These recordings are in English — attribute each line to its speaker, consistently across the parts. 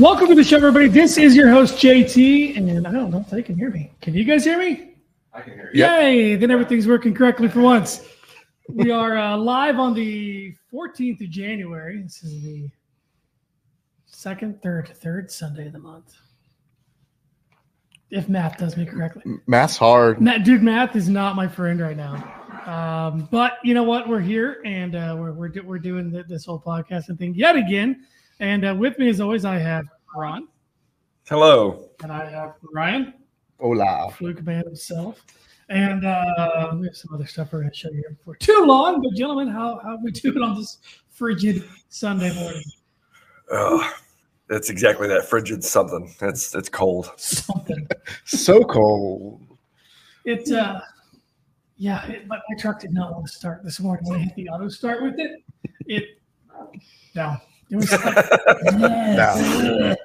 Speaker 1: Welcome to the show, everybody. This is your host, JT, and I don't know if they can hear me. Can you guys hear me?
Speaker 2: I can hear you.
Speaker 3: Yep.
Speaker 1: Yay! Then everything's working correctly for once. We are uh, live on the 14th of January. This is the second, third, third Sunday of the month. If math does me correctly.
Speaker 3: Math's hard.
Speaker 1: Matt, dude, math is not my friend right now. Um, but you know what? We're here and uh, we're we're, do, we're doing th- this whole podcasting thing yet again. And uh, with me, as always, I have Ron
Speaker 2: Hello.
Speaker 1: and I have Ryan,
Speaker 3: Hola.
Speaker 1: Fluke Man himself, and uh, we have some other stuff we're going to show you here before too long. But gentlemen, how how we doing on this frigid Sunday morning?
Speaker 2: Oh, that's exactly that frigid something. It's it's cold.
Speaker 1: Something.
Speaker 3: So cold.
Speaker 1: It uh, yeah. It, my, my truck did not want to start this morning when I hit the auto start with it. It no. It was like Yes.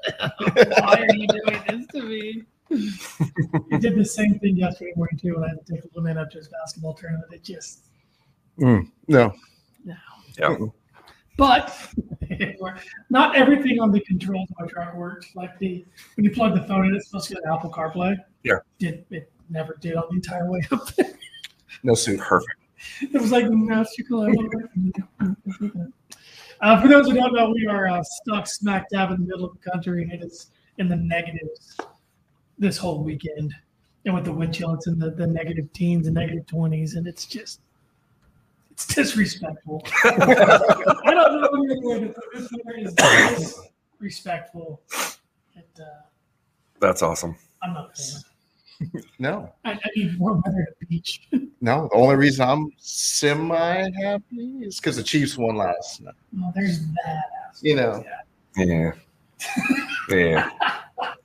Speaker 1: Why are you doing this to me? He did the same thing yesterday morning too when I had to take a little man up to his basketball tournament. It just
Speaker 3: No.
Speaker 1: no.
Speaker 2: Yeah.
Speaker 1: But not everything on the controls of my truck worked. Like the when you plug the phone in, it's supposed to get an Apple CarPlay.
Speaker 2: Yeah.
Speaker 1: Did it never did on the entire way up there.
Speaker 3: No suit.
Speaker 2: Perfect.
Speaker 1: It was like magical. Uh, for those who don't know, we are uh, stuck smack dab in the middle of the country, and it is in the negatives this whole weekend. And with the wind chill, it's in the, the negative teens and negative twenties, and it's just it's disrespectful. I don't know any other way to put it. This weather is disrespectful. It, uh,
Speaker 2: That's awesome.
Speaker 1: I'm not a fan.
Speaker 3: No.
Speaker 1: I, I need more weather at the beach.
Speaker 3: No. The only reason I'm semi happy is because the Chiefs won last night.
Speaker 1: Well, Oh, there's that. aspect,
Speaker 3: You know.
Speaker 1: yeah.
Speaker 2: Yeah. Yeah.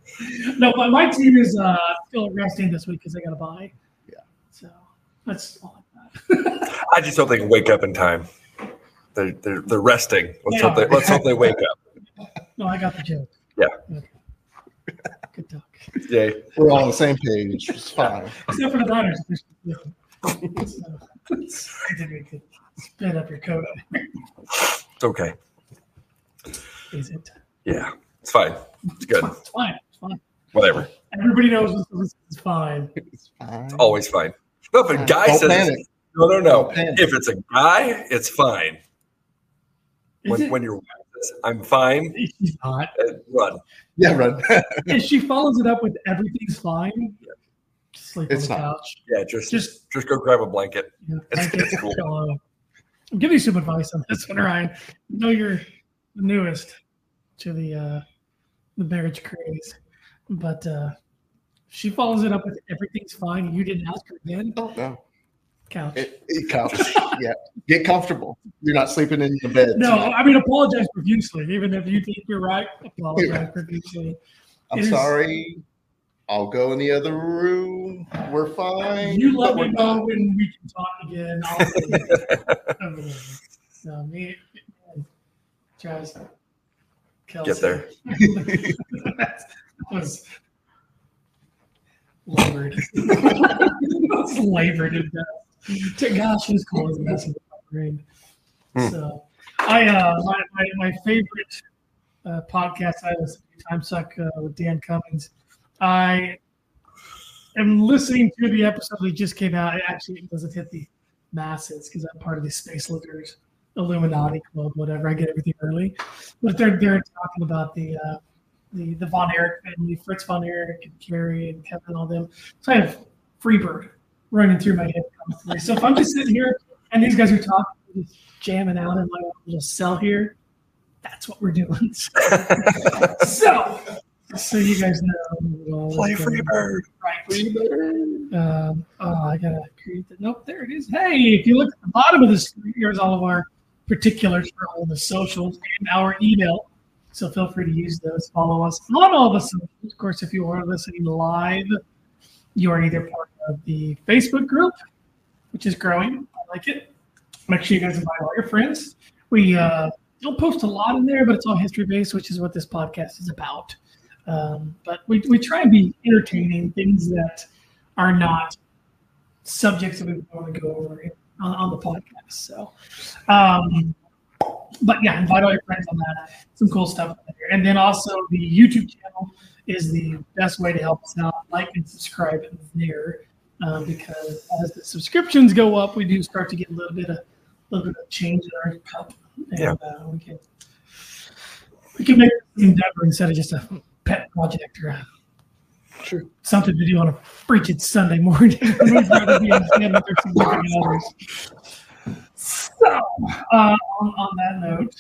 Speaker 1: No, but my team is uh, still resting this week because they got to buy.
Speaker 3: Yeah.
Speaker 1: So that's all I got.
Speaker 2: I just hope they can wake up in time. They're they're, they're resting. Let's hope they let's hope they wake up.
Speaker 1: no, I got the joke.
Speaker 2: Yeah.
Speaker 1: Okay. Good talk.
Speaker 2: Yay.
Speaker 3: We're all on the same page. It's fine.
Speaker 1: Except for the Niners. So, I think we could spin up your coat.
Speaker 2: It's okay.
Speaker 1: Is it?
Speaker 2: Yeah. It's fine. It's good.
Speaker 1: It's fine. It's fine.
Speaker 2: Whatever.
Speaker 1: Everybody knows this is fine.
Speaker 3: It's fine.
Speaker 1: Oh.
Speaker 2: Always fine. No, if a guy
Speaker 3: Uh, Don't
Speaker 2: says
Speaker 3: panic.
Speaker 2: no, no, no.
Speaker 3: Don't panic.
Speaker 2: If it's a guy, it's fine.
Speaker 1: Is
Speaker 2: When
Speaker 1: it?
Speaker 2: when your wife says, I'm fine,
Speaker 1: She's not.
Speaker 2: uh, run.
Speaker 3: Yeah, run.
Speaker 1: And she follows it up with everything's fine. Sleep
Speaker 3: It's
Speaker 1: on the
Speaker 3: not.
Speaker 1: couch.
Speaker 2: Yeah, just just,
Speaker 1: Just
Speaker 2: go grab a blanket.
Speaker 1: Yeah,
Speaker 2: It's-
Speaker 1: I guess
Speaker 2: it's cool.
Speaker 1: so. I'm giving you some advice on this one, Ryan. I know you're the newest to the uh, the marriage craze, but uh, she follows it up with "everything's fine." You didn't ask her again.
Speaker 3: Don't know.
Speaker 1: Couch.
Speaker 3: It, it counts. yeah. Get comfortable. You're not sleeping in the bed.
Speaker 1: no, I mean apologize profusely, even if you think you're right. Apologize profusely.
Speaker 3: I'm
Speaker 1: it is-
Speaker 3: sorry. I'll go in the other room. We're fine.
Speaker 1: You let
Speaker 3: But we're
Speaker 1: me
Speaker 3: not.
Speaker 1: know when we can talk again. I'll be there. so me, Travis, Kelsey.
Speaker 2: Get there.
Speaker 1: that was labored. that was labored at best. To gosh, it was cold as a mess in my brain.
Speaker 2: Hmm.
Speaker 1: So, I uh, my, my, my favorite uh, podcast I listen to, Time Suck uh, with Dan Cummings. I am listening to the episode that just came out. It actually doesn't hit the masses because I'm part of the Space Lookers Illuminati Club, whatever. I get everything early, but they're they're talking about the uh, the the Von Erich family, Fritz Von Erich and Carrie and Kevin and all them. So I have Freebird running through my head constantly. So if I'm just sitting here and these guys are talking, just jamming out in my little cell here, that's what we're doing. so, so you guys know.
Speaker 3: Oh
Speaker 2: Play Freebird.
Speaker 1: Right. Um, oh, I gotta create that. Nope, there it is. Hey, if you look at the bottom of the screen, here's all of our particulars for all the socials and our email. So feel free to use those. Follow us on all the socials. Of course, if you are listening live, you are either part of the Facebook group, which is growing. I like it. Make sure you guys invite all your friends. We uh, don't post a lot in there, but it's all history based, which is what this podcast is about. Um, but we, we try and be entertaining things that are not subjects that we want to go over on, on the podcast. So, um, but yeah, invite all your friends on that. Some cool stuff there. And then also the YouTube channel is the best way to help us out. Like and subscribe in there uh, because as the subscriptions go up, we do start to get a little bit of little bit of change in our cup, and
Speaker 2: Yeah.
Speaker 1: uh, we can we can make it an endeavor instead of just a pet project or a,
Speaker 3: Sure.
Speaker 1: something to do on a freaking Sunday morning. We'd rather be in hand with our significant others. So, uh, on, on that note,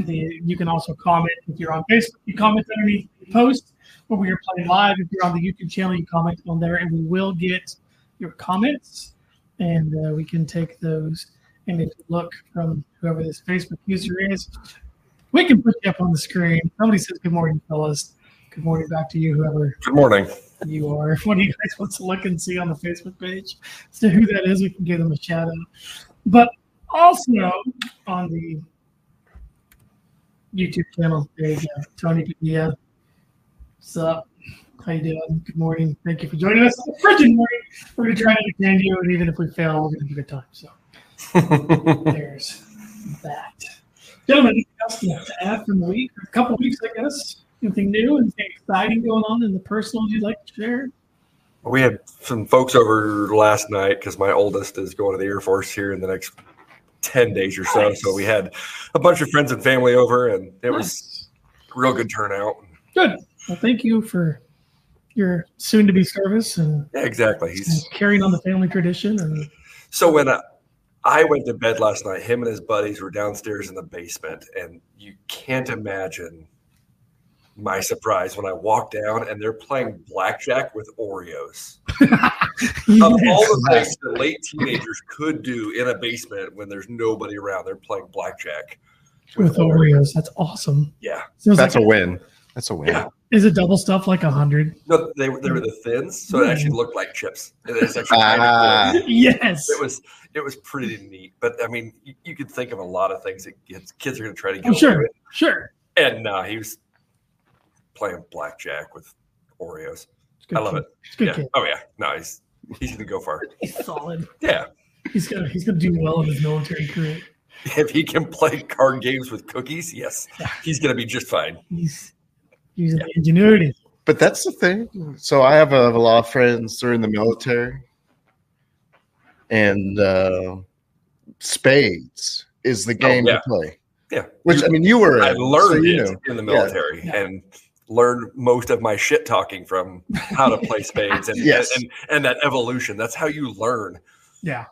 Speaker 1: the, you can also comment if you're on Facebook. You comment underneath the post where we are playing live. If you're on the YouTube channel, you comment on there, and we will get your comments, and uh, we can take those and if you look from whoever this Facebook user is, we can put you up on the screen. Somebody says, "Good morning, fellas." Good morning back to you, whoever
Speaker 2: Good morning.
Speaker 1: you are. If one of you guys wants to look and see on the Facebook page as to who that is, we can give them a shout out. But also on the YouTube channel, there you go, Tony Padilla. What's up? How you doing? Good morning. Thank you for joining us. on the Virgin morning. We're going to try to entertain you, and even if we fail, we're going to have a good time. So there's that. Gentlemen, anything else you have to add from the week? A couple weeks, I guess. Anything new? Anything exciting going on in the personal you'd like to share?
Speaker 2: We had some folks over last night because my oldest is going to the Air Force here in the next 10 days or so. So we had a bunch of friends and family over, and it was real good turnout.
Speaker 1: good. Well, thank you for your soon-to-be service and,
Speaker 2: Yeah, exactly.
Speaker 1: and
Speaker 2: He's
Speaker 1: carrying on the family tradition. And
Speaker 2: So when I, I went to bed last night, him and his buddies were downstairs in the basement, and you can't imagine my surprise when I walked down and they're playing blackjack with Oreos. Of all the things that late teenagers could do in a basement when there's nobody around, they're playing blackjack
Speaker 1: with Oreos, that's awesome.
Speaker 2: Yeah,
Speaker 1: Sounds
Speaker 3: That's a
Speaker 1: like,
Speaker 3: win. That's a win.
Speaker 2: Yeah.
Speaker 1: is it double stuff like a hundred?
Speaker 2: no, they were they were the thins, so it actually looked like chips. And it's actually kind of cool.
Speaker 3: Ah.
Speaker 1: yes.
Speaker 2: It was it was pretty neat, but I mean, you, you could think of a lot of things that kids, kids are going to try to get
Speaker 1: Oh,
Speaker 2: away
Speaker 1: sure,
Speaker 2: with.
Speaker 1: sure.
Speaker 2: And nah, he was playing blackjack with Oreos.
Speaker 1: It's good
Speaker 2: I love
Speaker 1: kid.
Speaker 2: it.
Speaker 1: It's good
Speaker 2: yeah.
Speaker 1: kid.
Speaker 2: Oh yeah. No, he's he's gonna go far.
Speaker 1: He's solid.
Speaker 2: Yeah.
Speaker 1: He's gonna he's gonna do well in his military career.
Speaker 2: If he can play card games with cookies, yes, he's gonna be just fine.
Speaker 1: He's using ingenuity.
Speaker 3: But that's the thing. So I have a, a lot of friends that are in the military, and uh, spades is the game
Speaker 2: Oh, yeah.
Speaker 3: to play.
Speaker 2: Yeah.
Speaker 3: Which I mean, you were.
Speaker 2: I
Speaker 3: in, so
Speaker 2: learned
Speaker 3: you
Speaker 2: it
Speaker 3: know.
Speaker 2: in the military
Speaker 1: Yeah.
Speaker 2: and learned most of my shit talking from how to play spades and,
Speaker 3: Yes.
Speaker 2: and, and that evolution. That's how you learn.
Speaker 1: Yeah,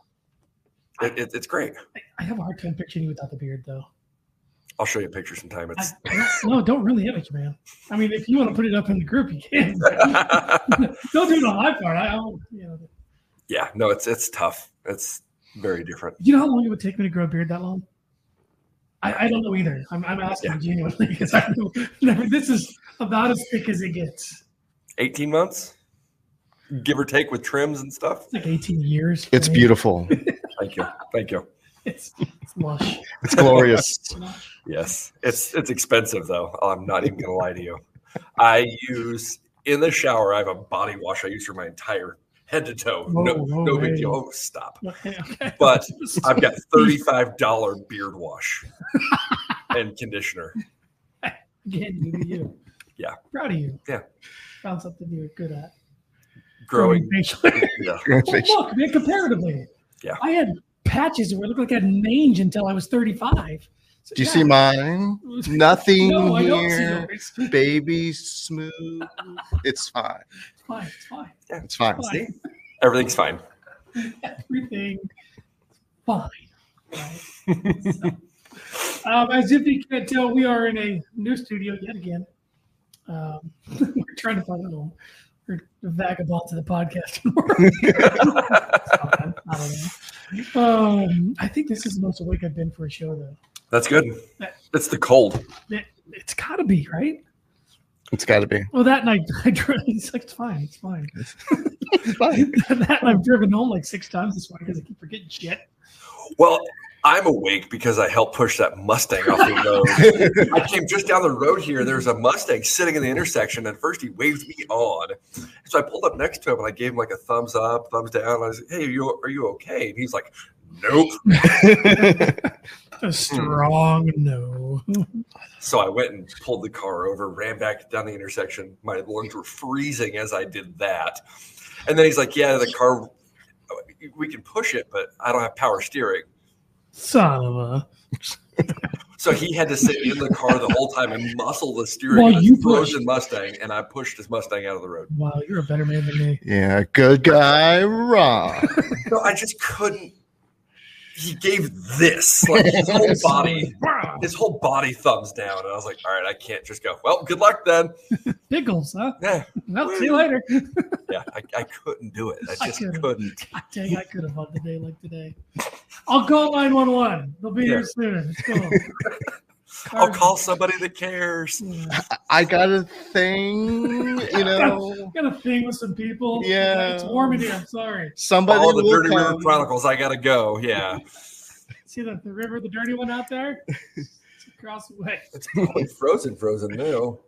Speaker 2: It, it, it's great.
Speaker 1: I, I have a hard time picturing you without the beard, though.
Speaker 2: I'll show you a picture sometime.
Speaker 1: I,
Speaker 2: It's
Speaker 1: no, don't really image, man. I mean, if you want to put it up in the group, you can. don't do it on my part. I, I don't, you, know,
Speaker 2: yeah, no, it's it's tough. It's very different.
Speaker 1: you know how long it would take me to grow a beard that long? I, I don't know either. I'm, I'm asking
Speaker 2: Yeah.
Speaker 1: genuinely because I know, never, this is about as thick as it gets.
Speaker 2: 18 months, give or take with trims and stuff.
Speaker 1: It's like 18 years. for
Speaker 3: It's
Speaker 1: me.
Speaker 3: beautiful.
Speaker 2: Thank you. Thank you.
Speaker 1: It's, it's lush.
Speaker 3: It's glorious.
Speaker 2: Yes. It's it's expensive though. I'm not even gonna lie to you. I use in the shower, I have a body wash I use for my entire head to toe.
Speaker 1: Whoa,
Speaker 2: no
Speaker 1: whoa,
Speaker 2: no big
Speaker 1: hey.
Speaker 2: deal. Oh stop.
Speaker 1: Okay, okay.
Speaker 2: But I've got thirty-five dollar beard wash and conditioner.
Speaker 1: Again, you do you.
Speaker 2: Yeah.
Speaker 1: Proud of you.
Speaker 2: Yeah.
Speaker 1: Found something you were good at.
Speaker 2: Growing
Speaker 1: facial
Speaker 2: yeah.
Speaker 1: Well, look, man, comparatively,
Speaker 2: Yeah.
Speaker 1: I had patches where it looked like I had mange until I was 35. So,
Speaker 3: Do you
Speaker 1: yeah.
Speaker 3: see mine? Nothing
Speaker 1: No, I don't see
Speaker 3: here.
Speaker 1: yours.
Speaker 3: Baby smooth. It's fine.
Speaker 1: It's fine. It's fine.
Speaker 3: It's fine.
Speaker 1: Fine.
Speaker 2: See? Everything's fine.
Speaker 1: Everything fine. Right? So, um, as if you can't tell, we are in a new studio yet again. Um, we're trying to find a home. We're vagabond to the podcast world. I don't know. Um, I think this is the most awake I've been for a show, though.
Speaker 2: That's good. It's the cold.
Speaker 1: It, it's got to be right.
Speaker 3: It's got to be.
Speaker 1: Well, that night I drove. It's like it's fine, it's fine.
Speaker 3: It's fine.
Speaker 1: that and I've driven home like six times this morning because I keep forgetting shit.
Speaker 2: Well, I'm awake because I helped push that Mustang off the road. I came just down the road here. There's a Mustang sitting in the intersection. And first he waved me on. So I pulled up next to him and I gave him like a thumbs up, thumbs down. I was like, hey, are you, are you okay? And he's like, Nope. Hmm.
Speaker 1: A strong no.
Speaker 2: So I went and pulled the car over, ran back down the intersection. My lungs were freezing as I did that. And then he's like, Yeah, the car, we can push it, but I don't have power steering.
Speaker 1: Son of a.
Speaker 2: So he had to sit in the car the whole time and muscle the steering
Speaker 1: Well,
Speaker 2: of his
Speaker 1: you
Speaker 2: frozen
Speaker 1: pushed.
Speaker 2: Mustang, and I pushed his Mustang out of the road.
Speaker 1: Wow, you're a better man than me.
Speaker 3: yeah, good guy, Ron.
Speaker 2: No, I just couldn't. He gave this like his whole body,
Speaker 1: Wow.
Speaker 2: his whole body thumbs down, and I was like, "All right, I can't just go." Well, good luck then.
Speaker 1: Pickles, huh?
Speaker 2: Yeah,
Speaker 1: Well, see you later.
Speaker 2: yeah, I, I couldn't do it. I
Speaker 1: I
Speaker 2: just
Speaker 1: couldn't.
Speaker 2: couldn't.
Speaker 1: God dang, I could have on a day like today. I'll call 911. They'll be
Speaker 2: Yeah.
Speaker 1: here soon. It's cool.
Speaker 2: I'll call somebody that cares.
Speaker 1: Yeah.
Speaker 3: I got a thing, you know.
Speaker 1: Got a thing with some people.
Speaker 3: Yeah.
Speaker 1: It's warm in here. I'm sorry.
Speaker 3: Somebody
Speaker 2: All the
Speaker 3: will
Speaker 2: Dirty River
Speaker 3: come.
Speaker 2: Chronicles. I gotta go. Yeah,
Speaker 1: See the, the river, the dirty one out there? It's across the way.
Speaker 2: it's probably frozen, frozen now.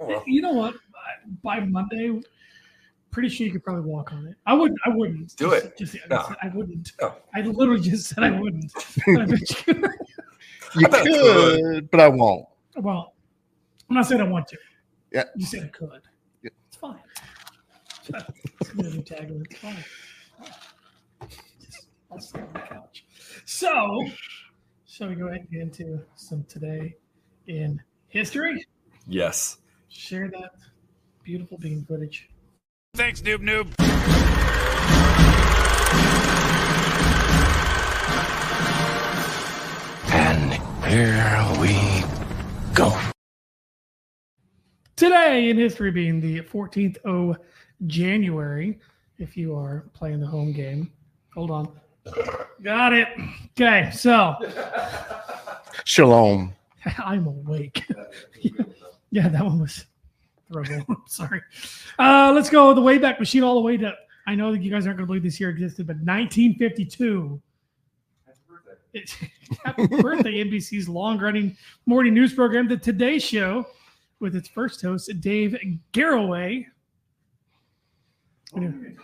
Speaker 2: Oh,
Speaker 1: You know what? By by Monday, pretty sure you could probably walk on it. I wouldn't. I wouldn't
Speaker 2: Do it.
Speaker 1: Just,
Speaker 2: No.
Speaker 1: I wouldn't.
Speaker 2: No.
Speaker 1: I literally just said I wouldn't. I bet you-
Speaker 3: You
Speaker 2: I bet I
Speaker 3: could, but I won't.
Speaker 1: well, I'm not saying I want to.
Speaker 3: Yeah.
Speaker 1: You said I could.
Speaker 3: Yeah.
Speaker 1: It's fine. It's a new tagline. It's fine. Just- I'll stay on the couch. So, shall we go ahead and get into some today in history?
Speaker 2: yes.
Speaker 1: share that beautiful bean footage.
Speaker 4: Thanks, Noob Noob.
Speaker 5: And here we go.
Speaker 1: Today in history being the 14th of January, if you are playing the home game. Hold on. Got it. Okay, so
Speaker 3: Shalom.
Speaker 1: I'm awake. yeah, that one was terrible. Uh, I'm sorry. Uh, let's go the way back machine all the way to. I know that you guys aren't going to believe this year existed, but 1952. It's- Happy birthday, NBC's long running morning news program, The Today Show, with its first host, Dave Garroway. I'm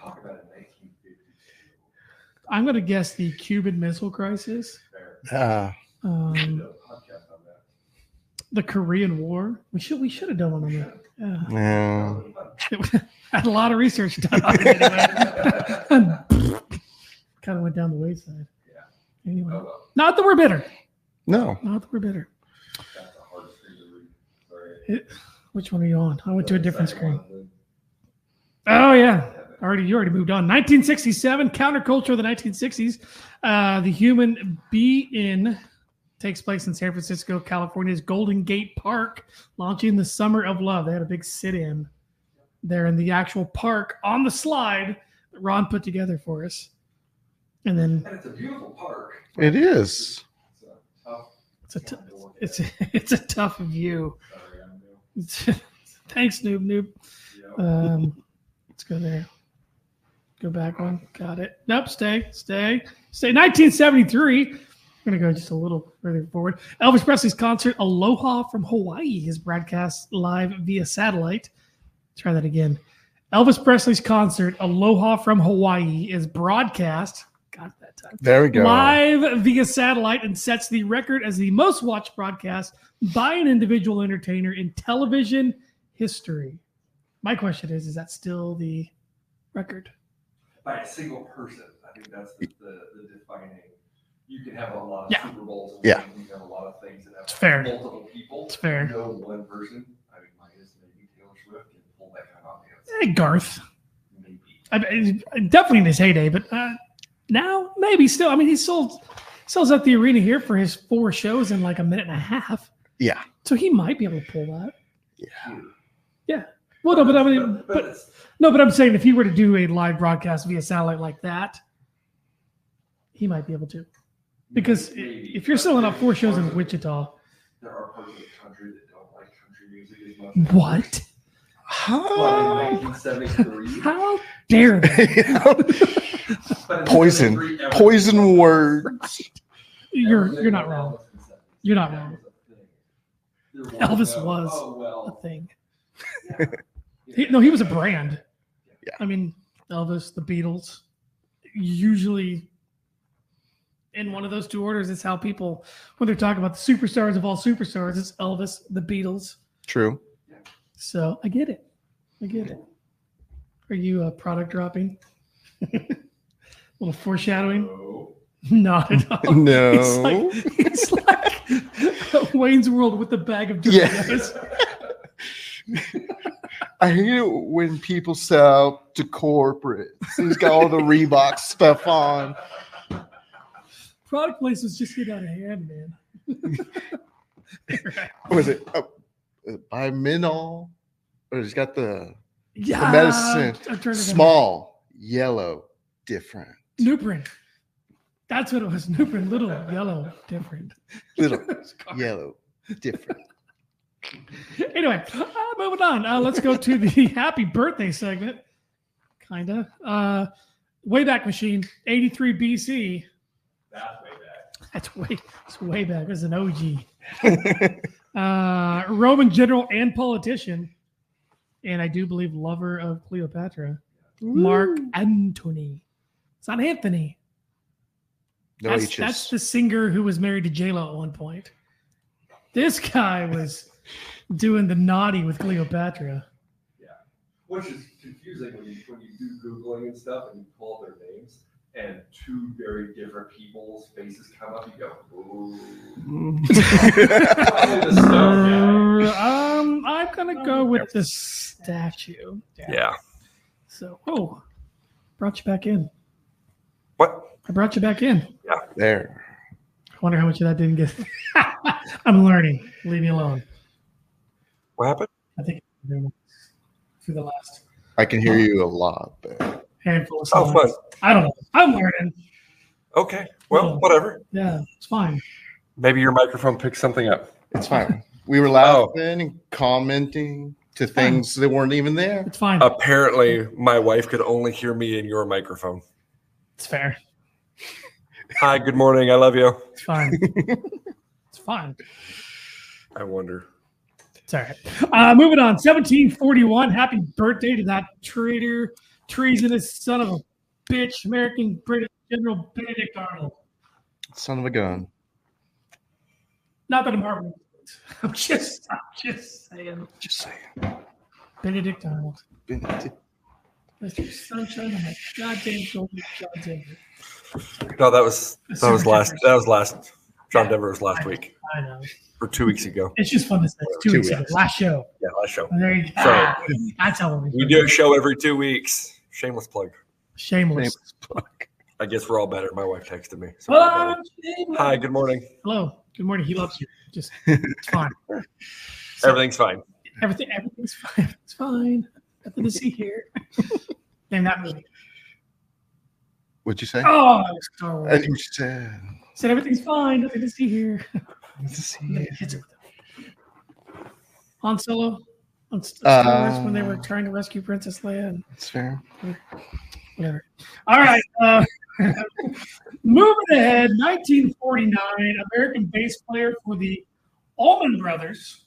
Speaker 1: going to guess the Cuban Missile Crisis.
Speaker 2: Ah,
Speaker 3: Uh,
Speaker 1: Um, the Korean War. We should we should have done one on that. Yeah.
Speaker 3: yeah.
Speaker 1: It had a lot of research done on it anyway. kind of went down the wayside. Yeah. Oh, Anyway, not that we're bitter.
Speaker 3: No.
Speaker 1: Not that we're bitter. It- which one are you on? I went to a different screen. Oh yeah, already you already moved on. 1967 counterculture of the 1960s. Uh, the human being takes place in San Francisco, California's Golden Gate Park, launching the Summer of Love. They had a big sit-in there in the actual park on the slide that Ron put together for us, and then
Speaker 2: And it's a beautiful park.
Speaker 3: It is.
Speaker 1: It's a, t- it's, a, it's a tough view. Thanks, Noob Noob. Um, let's go there. Go back one. Got it. Nope, stay, stay, stay. 1973. I'm going to go just a little further forward. Elvis Presley's concert, Aloha from Hawaii, is broadcast live via satellite. Try that again. Elvis Presley's concert, Aloha from Hawaii, is broadcast. Got it that time
Speaker 3: There we go.
Speaker 1: live via satellite and sets the record as the most watched broadcast by an individual entertainer in television history. My question is, is that still the record?
Speaker 2: by a single person. I think that's the, the, the defining. You can have a lot of
Speaker 1: Yeah.
Speaker 2: Super Bowls. and
Speaker 3: Yeah.
Speaker 2: You can have a lot of things that have
Speaker 1: It's fair.
Speaker 2: multiple people.
Speaker 1: It's fair.
Speaker 2: No one person. I mean, mine is maybe Taylor Swift can pull that kind of audience.
Speaker 1: Eh, Garth.
Speaker 2: Maybe.
Speaker 1: I, I- definitely in his heyday, but uh, now maybe still. I mean, he sold sells out the arena here for his four shows in like a minute and a half,
Speaker 3: Yeah.
Speaker 1: so he might be able to pull that.
Speaker 2: Yeah.
Speaker 1: Yeah. Well, no, but I mean,
Speaker 2: but,
Speaker 1: but
Speaker 2: it's,
Speaker 1: No, but I'm saying if he were to do a live broadcast via satellite like that, he might be able to. Because i-
Speaker 2: maybe.
Speaker 1: if you're selling out four shows in
Speaker 2: Parts of-
Speaker 1: Wichita,
Speaker 2: there are parts of the country that don't like country music as much.
Speaker 1: what? Oh
Speaker 2: Well, in
Speaker 3: Huh?
Speaker 2: 1973,
Speaker 1: How dare they?
Speaker 2: but in
Speaker 3: Poison.
Speaker 2: 73, everyone-
Speaker 3: Poison words.
Speaker 1: You're
Speaker 2: everyone
Speaker 1: you're not
Speaker 2: knew
Speaker 1: wrong.
Speaker 2: Elvis in 70s.
Speaker 1: You're not
Speaker 2: That
Speaker 1: wrong.
Speaker 2: was a thing. There was
Speaker 1: Elvis
Speaker 2: no,
Speaker 1: was
Speaker 2: oh,
Speaker 1: A
Speaker 2: well,
Speaker 1: thing.
Speaker 2: yeah.
Speaker 1: He, no, he was a brand.
Speaker 3: Yeah.
Speaker 1: I mean, Elvis, the Beatles, usually in one of those two orders is how people, when they're talking about the superstars of all superstars, it's Elvis, the Beatles.
Speaker 2: True.
Speaker 1: So I get it. I get it. Are you uh, product dropping? a little foreshadowing? Not at all.
Speaker 2: No.
Speaker 1: It's like, it's like Wayne's World with a bag of
Speaker 2: Yeah.
Speaker 1: Doritos.
Speaker 2: I hate it when people sell to corporate. He's got all the Reebok stuff on.
Speaker 1: Product placements just get out of hand, man.
Speaker 2: Was it uh, uh, by Minol? Or he's got the
Speaker 1: Yeah.
Speaker 2: medicine.
Speaker 1: I'm trying to remember.
Speaker 2: small, yellow, different,
Speaker 1: Nuprin. That's what it was. Nuprin, little, yellow, different.
Speaker 2: little, yellow, different.
Speaker 1: Anyway, uh, moving on. Uh, let's go to the happy birthday segment. Kinda. Uh, Wayback Machine, 83 BC. That's way back. That's way, it's way back. That's an OG. uh, Roman general and politician, and I do believe lover of Cleopatra, Mark Antony. It's not Anthony.
Speaker 2: No
Speaker 1: that's,
Speaker 2: H's.
Speaker 1: that's the singer who was married to JLo at one point. This guy was doing the naughty with Cleopatra.
Speaker 6: Which is confusing when you when you do googling and stuff and you pull up their names and two very different people's faces come up. You go, ooh. Probably the stone
Speaker 1: um, I'm gonna go with the statue.
Speaker 6: guy. Yeah.
Speaker 1: So, oh, brought you back in.
Speaker 6: What?
Speaker 1: I brought you back in.
Speaker 2: there.
Speaker 1: I wonder how much of that didn't get. I'm learning. Leave me alone.
Speaker 6: What happened?
Speaker 1: I think through the last
Speaker 2: I can hear you a lot there.
Speaker 1: handful of
Speaker 6: Oh,
Speaker 1: songs.
Speaker 6: fun.
Speaker 1: I don't know. I'm learning.
Speaker 6: Okay. Well, whatever.
Speaker 1: Yeah, it's fine.
Speaker 6: Maybe your microphone picked something up.
Speaker 2: It's fine. We were laughing and commenting to things that weren't even there.
Speaker 1: It's fine.
Speaker 6: Uh, Apparently, my wife could only hear me in your microphone.
Speaker 1: It's fair.
Speaker 6: Hi, good morning. I love you.
Speaker 1: It's fine. it's fine.
Speaker 6: I wonder.
Speaker 1: It's all right. Uh, moving on. 1741. Happy birthday to that traitor, treasonous son of a bitch, American British General Benedict Arnold.
Speaker 2: Son of a gun.
Speaker 1: Not that I'm harboring. I'm just, I'm just saying.
Speaker 2: Just saying.
Speaker 1: Benedict Arnold.
Speaker 2: Benedict.
Speaker 1: Mr. Sunshine on my goddamn golden goddamn.
Speaker 6: No, that was that was last that was last John Denver was last week
Speaker 1: I know.
Speaker 6: or two weeks ago.
Speaker 1: It's just fun to say. It's two,
Speaker 2: Two
Speaker 1: weeks ago.
Speaker 2: weeks.
Speaker 1: Last show.
Speaker 6: Yeah, last show.
Speaker 1: There you go.
Speaker 6: Sorry.
Speaker 1: That's how we
Speaker 6: We do a show every two weeks. Shameless plug.
Speaker 1: Shameless.
Speaker 6: I guess we're all better. My wife texted me. So we're all
Speaker 1: Hello,
Speaker 6: better.
Speaker 1: shameless.
Speaker 6: Hi, good morning.
Speaker 1: Hello. Good morning. He loves you. Just it's fine. So-
Speaker 6: Everything's fine.
Speaker 1: Everything, everything's fine. It's fine. Nothing to see here. Name that movie.
Speaker 2: What'd you say?
Speaker 1: Oh, Star Wars.
Speaker 2: And you said,
Speaker 1: Said everything's fine. Nothing to see here. And then
Speaker 2: "See
Speaker 1: he hits it with it. Han Solo on S- Star Wars when they were
Speaker 2: Uh.
Speaker 1: trying to rescue Princess Leia and
Speaker 2: It's fair.
Speaker 1: whatever. All right. Uh, moving ahead, 1949, American bass player for the Allman Brothers.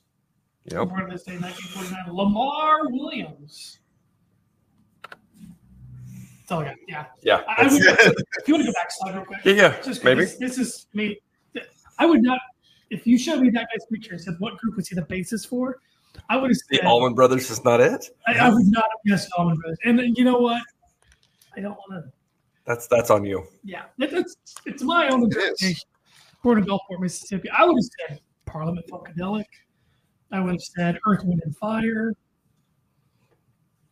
Speaker 6: Yep.
Speaker 1: Born this day, 1949. Lamar Williams. That's all I got. Yeah.
Speaker 6: Yeah.
Speaker 1: I, I would, if you want to go back a slide real quick.
Speaker 6: Yeah, yeah.
Speaker 1: Just 'cause
Speaker 6: Maybe.
Speaker 1: This, this is me. I would not, if you showed me that guy's picture and said what group was he the bassist for, I would have said,
Speaker 6: The Allman Brothers is not it.
Speaker 1: I, I would not have guessed Allman Brothers. And then, you know what? I don't want to.
Speaker 6: That's that's on you.
Speaker 1: Yeah, that, that's it's my own
Speaker 2: is.
Speaker 1: interpretation. Born in Gulfport, Mississippi. I would have said Parliament Funkadelic. I would have said Earth, Wind, and Fire.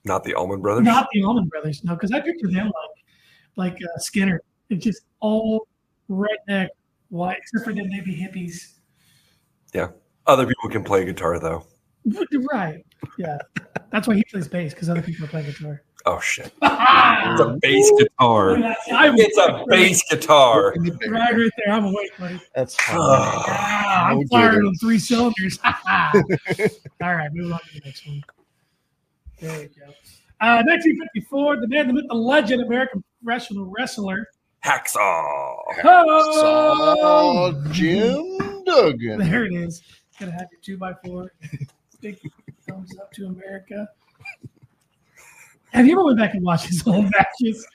Speaker 6: Not the Allman Brothers.
Speaker 1: Not the Allman Brothers, no, because I picture them like like uh, Skinner. It's just all redneck, white, except for them maybe hippies.
Speaker 6: Other people can play guitar though.
Speaker 1: Right. Yeah. That's why he plays bass, because other people are playing guitar.
Speaker 6: Oh shit. It's a
Speaker 1: I
Speaker 6: bass guitar.
Speaker 1: was
Speaker 6: It's a bass guitar.
Speaker 1: Right, right there. I'm awake, buddy.
Speaker 2: That's fine.
Speaker 6: Ugh.
Speaker 1: Ah, I'm
Speaker 2: No
Speaker 1: firing
Speaker 2: jitters.
Speaker 1: on three cylinders. All right, move on to the next one. There we go. Uh, 1954, the man, the myth, the legend, American professional wrestler.
Speaker 6: Hacksaw.
Speaker 2: Saw
Speaker 1: Oh,
Speaker 2: Jim Duggan.
Speaker 1: there it is. Gonna have your two by four. Big thumbs up to America. Have you ever went back and watched his old matches?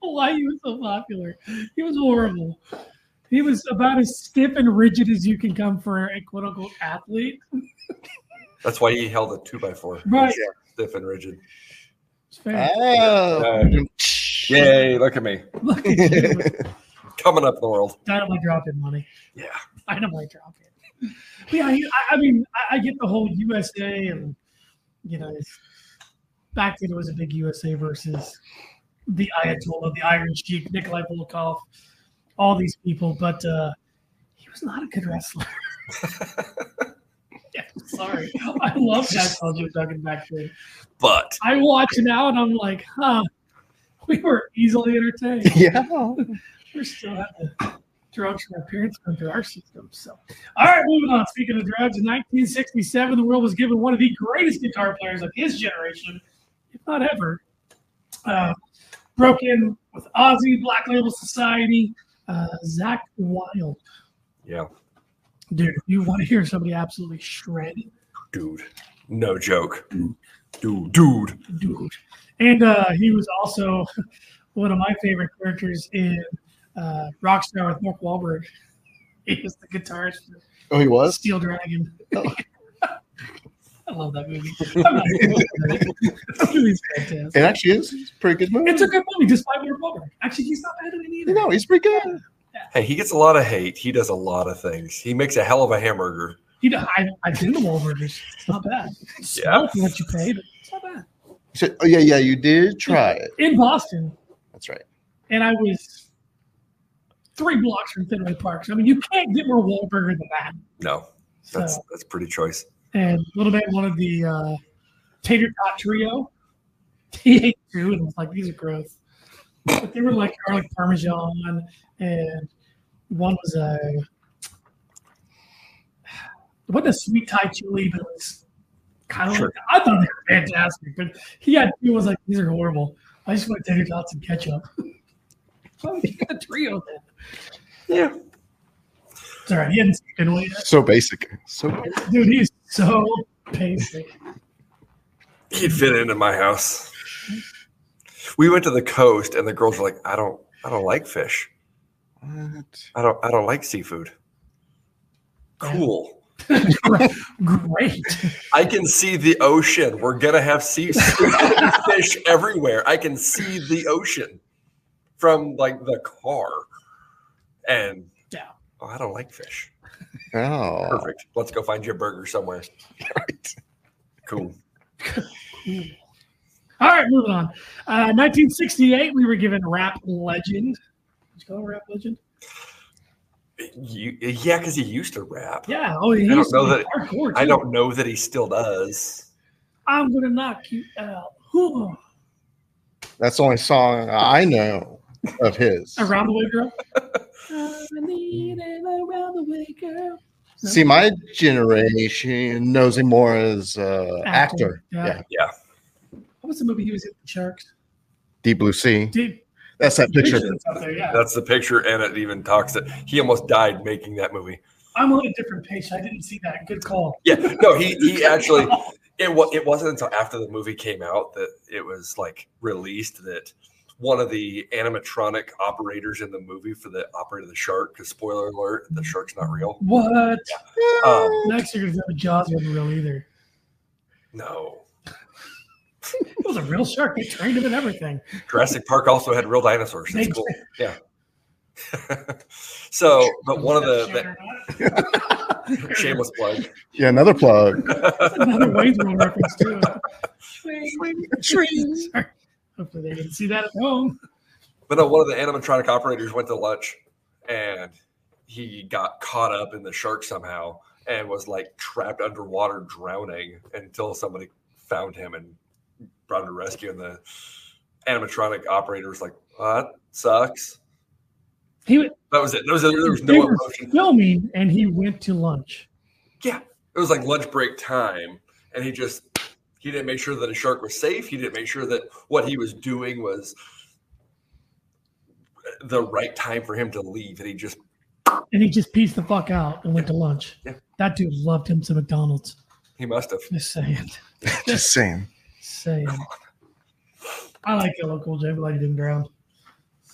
Speaker 1: why he was so popular. He was horrible. He was about as stiff and rigid as you can come for a quote unquote athlete.
Speaker 6: That's why he held a two by four.
Speaker 1: Right.
Speaker 6: Stiff and rigid.
Speaker 1: It's fair.
Speaker 2: Oh.
Speaker 6: Uh, yay, look at me.
Speaker 1: Look at you.
Speaker 6: Coming up in the world.
Speaker 1: Dynamite drop in money.
Speaker 6: Yeah.
Speaker 1: Dynamite drop in. But yeah, he, I, I mean, I, I get the whole USA and, you know, it's, back then it was a big USA versus the Ayatollah, the Iron Sheik, Nikolai Volkov, all these people. But uh, he was not a good wrestler. yeah, I'm sorry. I love that culture talking back then.
Speaker 6: But
Speaker 1: I watch now and I'm like, huh, we were easily entertained
Speaker 2: Yeah.
Speaker 1: we're still at the drugs my parents went through our system. So, all right, moving on. Speaking of drugs, in 1967, the world was given one of the greatest guitar players of his generation, if not ever. Uh, broke in with Ozzy, Black Label Society, uh, Zach Wild.
Speaker 6: yeah,
Speaker 1: Dude, if you want to hear somebody absolutely shred,
Speaker 6: dude. No joke. Dude, dude.
Speaker 1: dude. And uh, he was also one of my favorite characters in uh, Rockstar with Mark Wahlberg. He was the guitarist for
Speaker 2: Oh, he was?
Speaker 1: Steel Dragon.
Speaker 2: Oh.
Speaker 1: I love that movie. I'm not- that movie's
Speaker 2: It
Speaker 1: fantastic.
Speaker 2: actually is. It's a pretty good movie.
Speaker 1: It's a good movie, despite Mark Wahlberg. Actually, he's not bad in it either.
Speaker 2: no, he's pretty good.
Speaker 6: Hey, he gets a lot of hate. He does a lot of things. He makes a hell of a hamburger.
Speaker 1: He, I, I've seen the Wahlburgers. It's not bad. It's yeah. what you pay, but it's not bad.
Speaker 2: He said, oh, yeah, yeah, you did try it.
Speaker 1: In Boston,
Speaker 2: That's right.
Speaker 1: and I was three blocks from Fenway Park. So, I mean, you can't get more Wahlburger than that.
Speaker 6: No,
Speaker 1: So,
Speaker 6: that's that's pretty choice.
Speaker 1: and Little Man wanted the uh, tater tot trio. He ate two and was like, "These are gross." But they were like garlic parmesan, and one was a it wasn't a sweet Thai chili, but it was kind of
Speaker 6: Sure.
Speaker 1: like I thought they were fantastic. But he had he was like, "These are horrible. I just want tater tots and ketchup." Why would you get the trio then?
Speaker 6: Yeah.
Speaker 1: Sorry, he hadn't seen it, anyway.
Speaker 2: So basic. So basic.
Speaker 1: dude. He's so basic.
Speaker 6: He'd fit into my house. We went to the coast and the girls were like, I don't I don't like fish.
Speaker 2: What?
Speaker 6: I don't I don't like seafood. Cool.
Speaker 1: Great.
Speaker 6: I can see the ocean. We're gonna have sea fish everywhere. I can see the ocean from like the car. And
Speaker 1: Yeah.
Speaker 6: oh, I don't like fish.
Speaker 2: Oh,
Speaker 6: Perfect. Let's go find you a burger somewhere.
Speaker 2: right.
Speaker 6: Cool.
Speaker 1: All right, moving on. Uh, 1968, we were given rap legend. Did you call him rap legend?
Speaker 6: You, yeah, because he used to rap.
Speaker 1: Yeah. Oh, he
Speaker 6: I don't
Speaker 1: used to
Speaker 6: know
Speaker 1: be
Speaker 6: that-
Speaker 1: hardcore.
Speaker 6: I
Speaker 1: too.
Speaker 6: don't know that he still does.
Speaker 1: I'm gonna knock you out. Who?
Speaker 2: That's the only song I know of his.
Speaker 1: Around the way, girl. I need an around the way, girl.
Speaker 2: See, my generation knows him more as uh, actor.
Speaker 1: Actor, yeah.
Speaker 2: Yeah.
Speaker 1: What was the movie he was in? The Sharks.
Speaker 2: Deep Blue Sea.
Speaker 1: Deep
Speaker 2: That's that picture.
Speaker 1: Pictures out there, yeah.
Speaker 6: That's the picture, and it even talks that he almost died making that movie.
Speaker 1: I'm on a different page. I didn't see that. Good call.
Speaker 6: Yeah, no, he he actually it was it wasn't until after the movie came out that it was like released that one of the animatronic operators in the movie for the operator of the shark. Because spoiler alert, the shark's not real.
Speaker 1: What?
Speaker 6: Um,
Speaker 1: Next, you're gonna have a Jaws wasn't real either.
Speaker 6: no,
Speaker 1: It was a real shark. They trained him and everything.
Speaker 6: Jurassic Park also had real dinosaurs. That's
Speaker 1: They-
Speaker 6: cool. Yeah. so, but one of the,
Speaker 1: Sure.
Speaker 6: the shameless plug.
Speaker 2: Yeah, another plug.
Speaker 1: another Wayne's World reference too. Sorry. Hopefully they didn't see that at home.
Speaker 6: But no, one of the animatronic operators went to lunch and he got caught up in the shark somehow and was like trapped underwater drowning until somebody found him and brought him to rescue. And the animatronic operator was like, well, that sucks.
Speaker 1: He was,
Speaker 6: That was it. There was, there was
Speaker 1: they
Speaker 6: no
Speaker 1: were
Speaker 6: emotion.
Speaker 1: filming and he went to lunch.
Speaker 6: It was like lunch break time. And he just, he didn't make sure that a shark was safe. He didn't make sure that what he was doing was the right time for him to leave. And he just
Speaker 1: And he just pieced the fuck out and went to lunch.
Speaker 6: Yeah.
Speaker 1: That dude loved him some McDonald's.
Speaker 6: He must have.
Speaker 1: Just saying.
Speaker 2: Just saying.
Speaker 1: Saying. I like LL Cool J, but I didn't drown.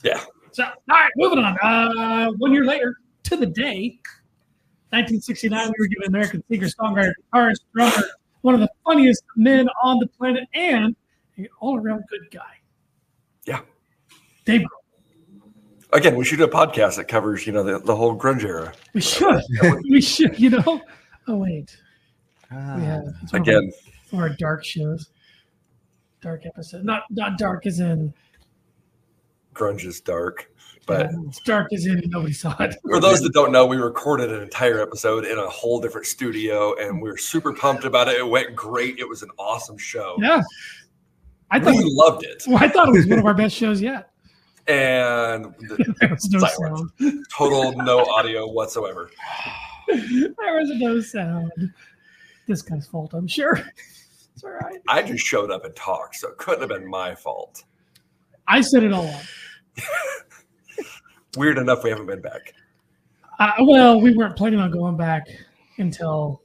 Speaker 6: Yeah.
Speaker 1: So, all right, moving on. Uh, one year later, to the day, 1969, we were given American singer, songwriter, guitarist, drummer, one of the funniest men on the planet, and an all-around good guy.
Speaker 6: Yeah.
Speaker 1: Dave,
Speaker 6: Again, we should do a podcast that covers, you know, the, the whole grunge era.
Speaker 1: we should, we should, you know. Oh wait,
Speaker 3: Uh,
Speaker 1: we
Speaker 2: Ah,
Speaker 1: have it's one of
Speaker 6: Again,
Speaker 1: our- one of our dark shows, dark episode. Not not dark as in
Speaker 6: grunge is dark. But
Speaker 1: uh, it's dark as in nobody saw it.
Speaker 6: for those that don't know, we recorded an entire episode in a whole different studio and we were super pumped about it. It went great. It was an awesome show.
Speaker 1: Yeah, I thought
Speaker 6: We loved it.
Speaker 1: well, I thought it was one of our best shows yet.
Speaker 6: And
Speaker 1: There was no
Speaker 6: Silence.
Speaker 1: sound.
Speaker 6: total no audio whatsoever.
Speaker 1: There was no sound. This guy's fault, I'm sure. It's all right.
Speaker 6: I just showed up and talked, so it couldn't have been my fault.
Speaker 1: I said it all. Up.
Speaker 6: Weird enough, we haven't been back.
Speaker 1: Uh, well, we weren't planning on going back until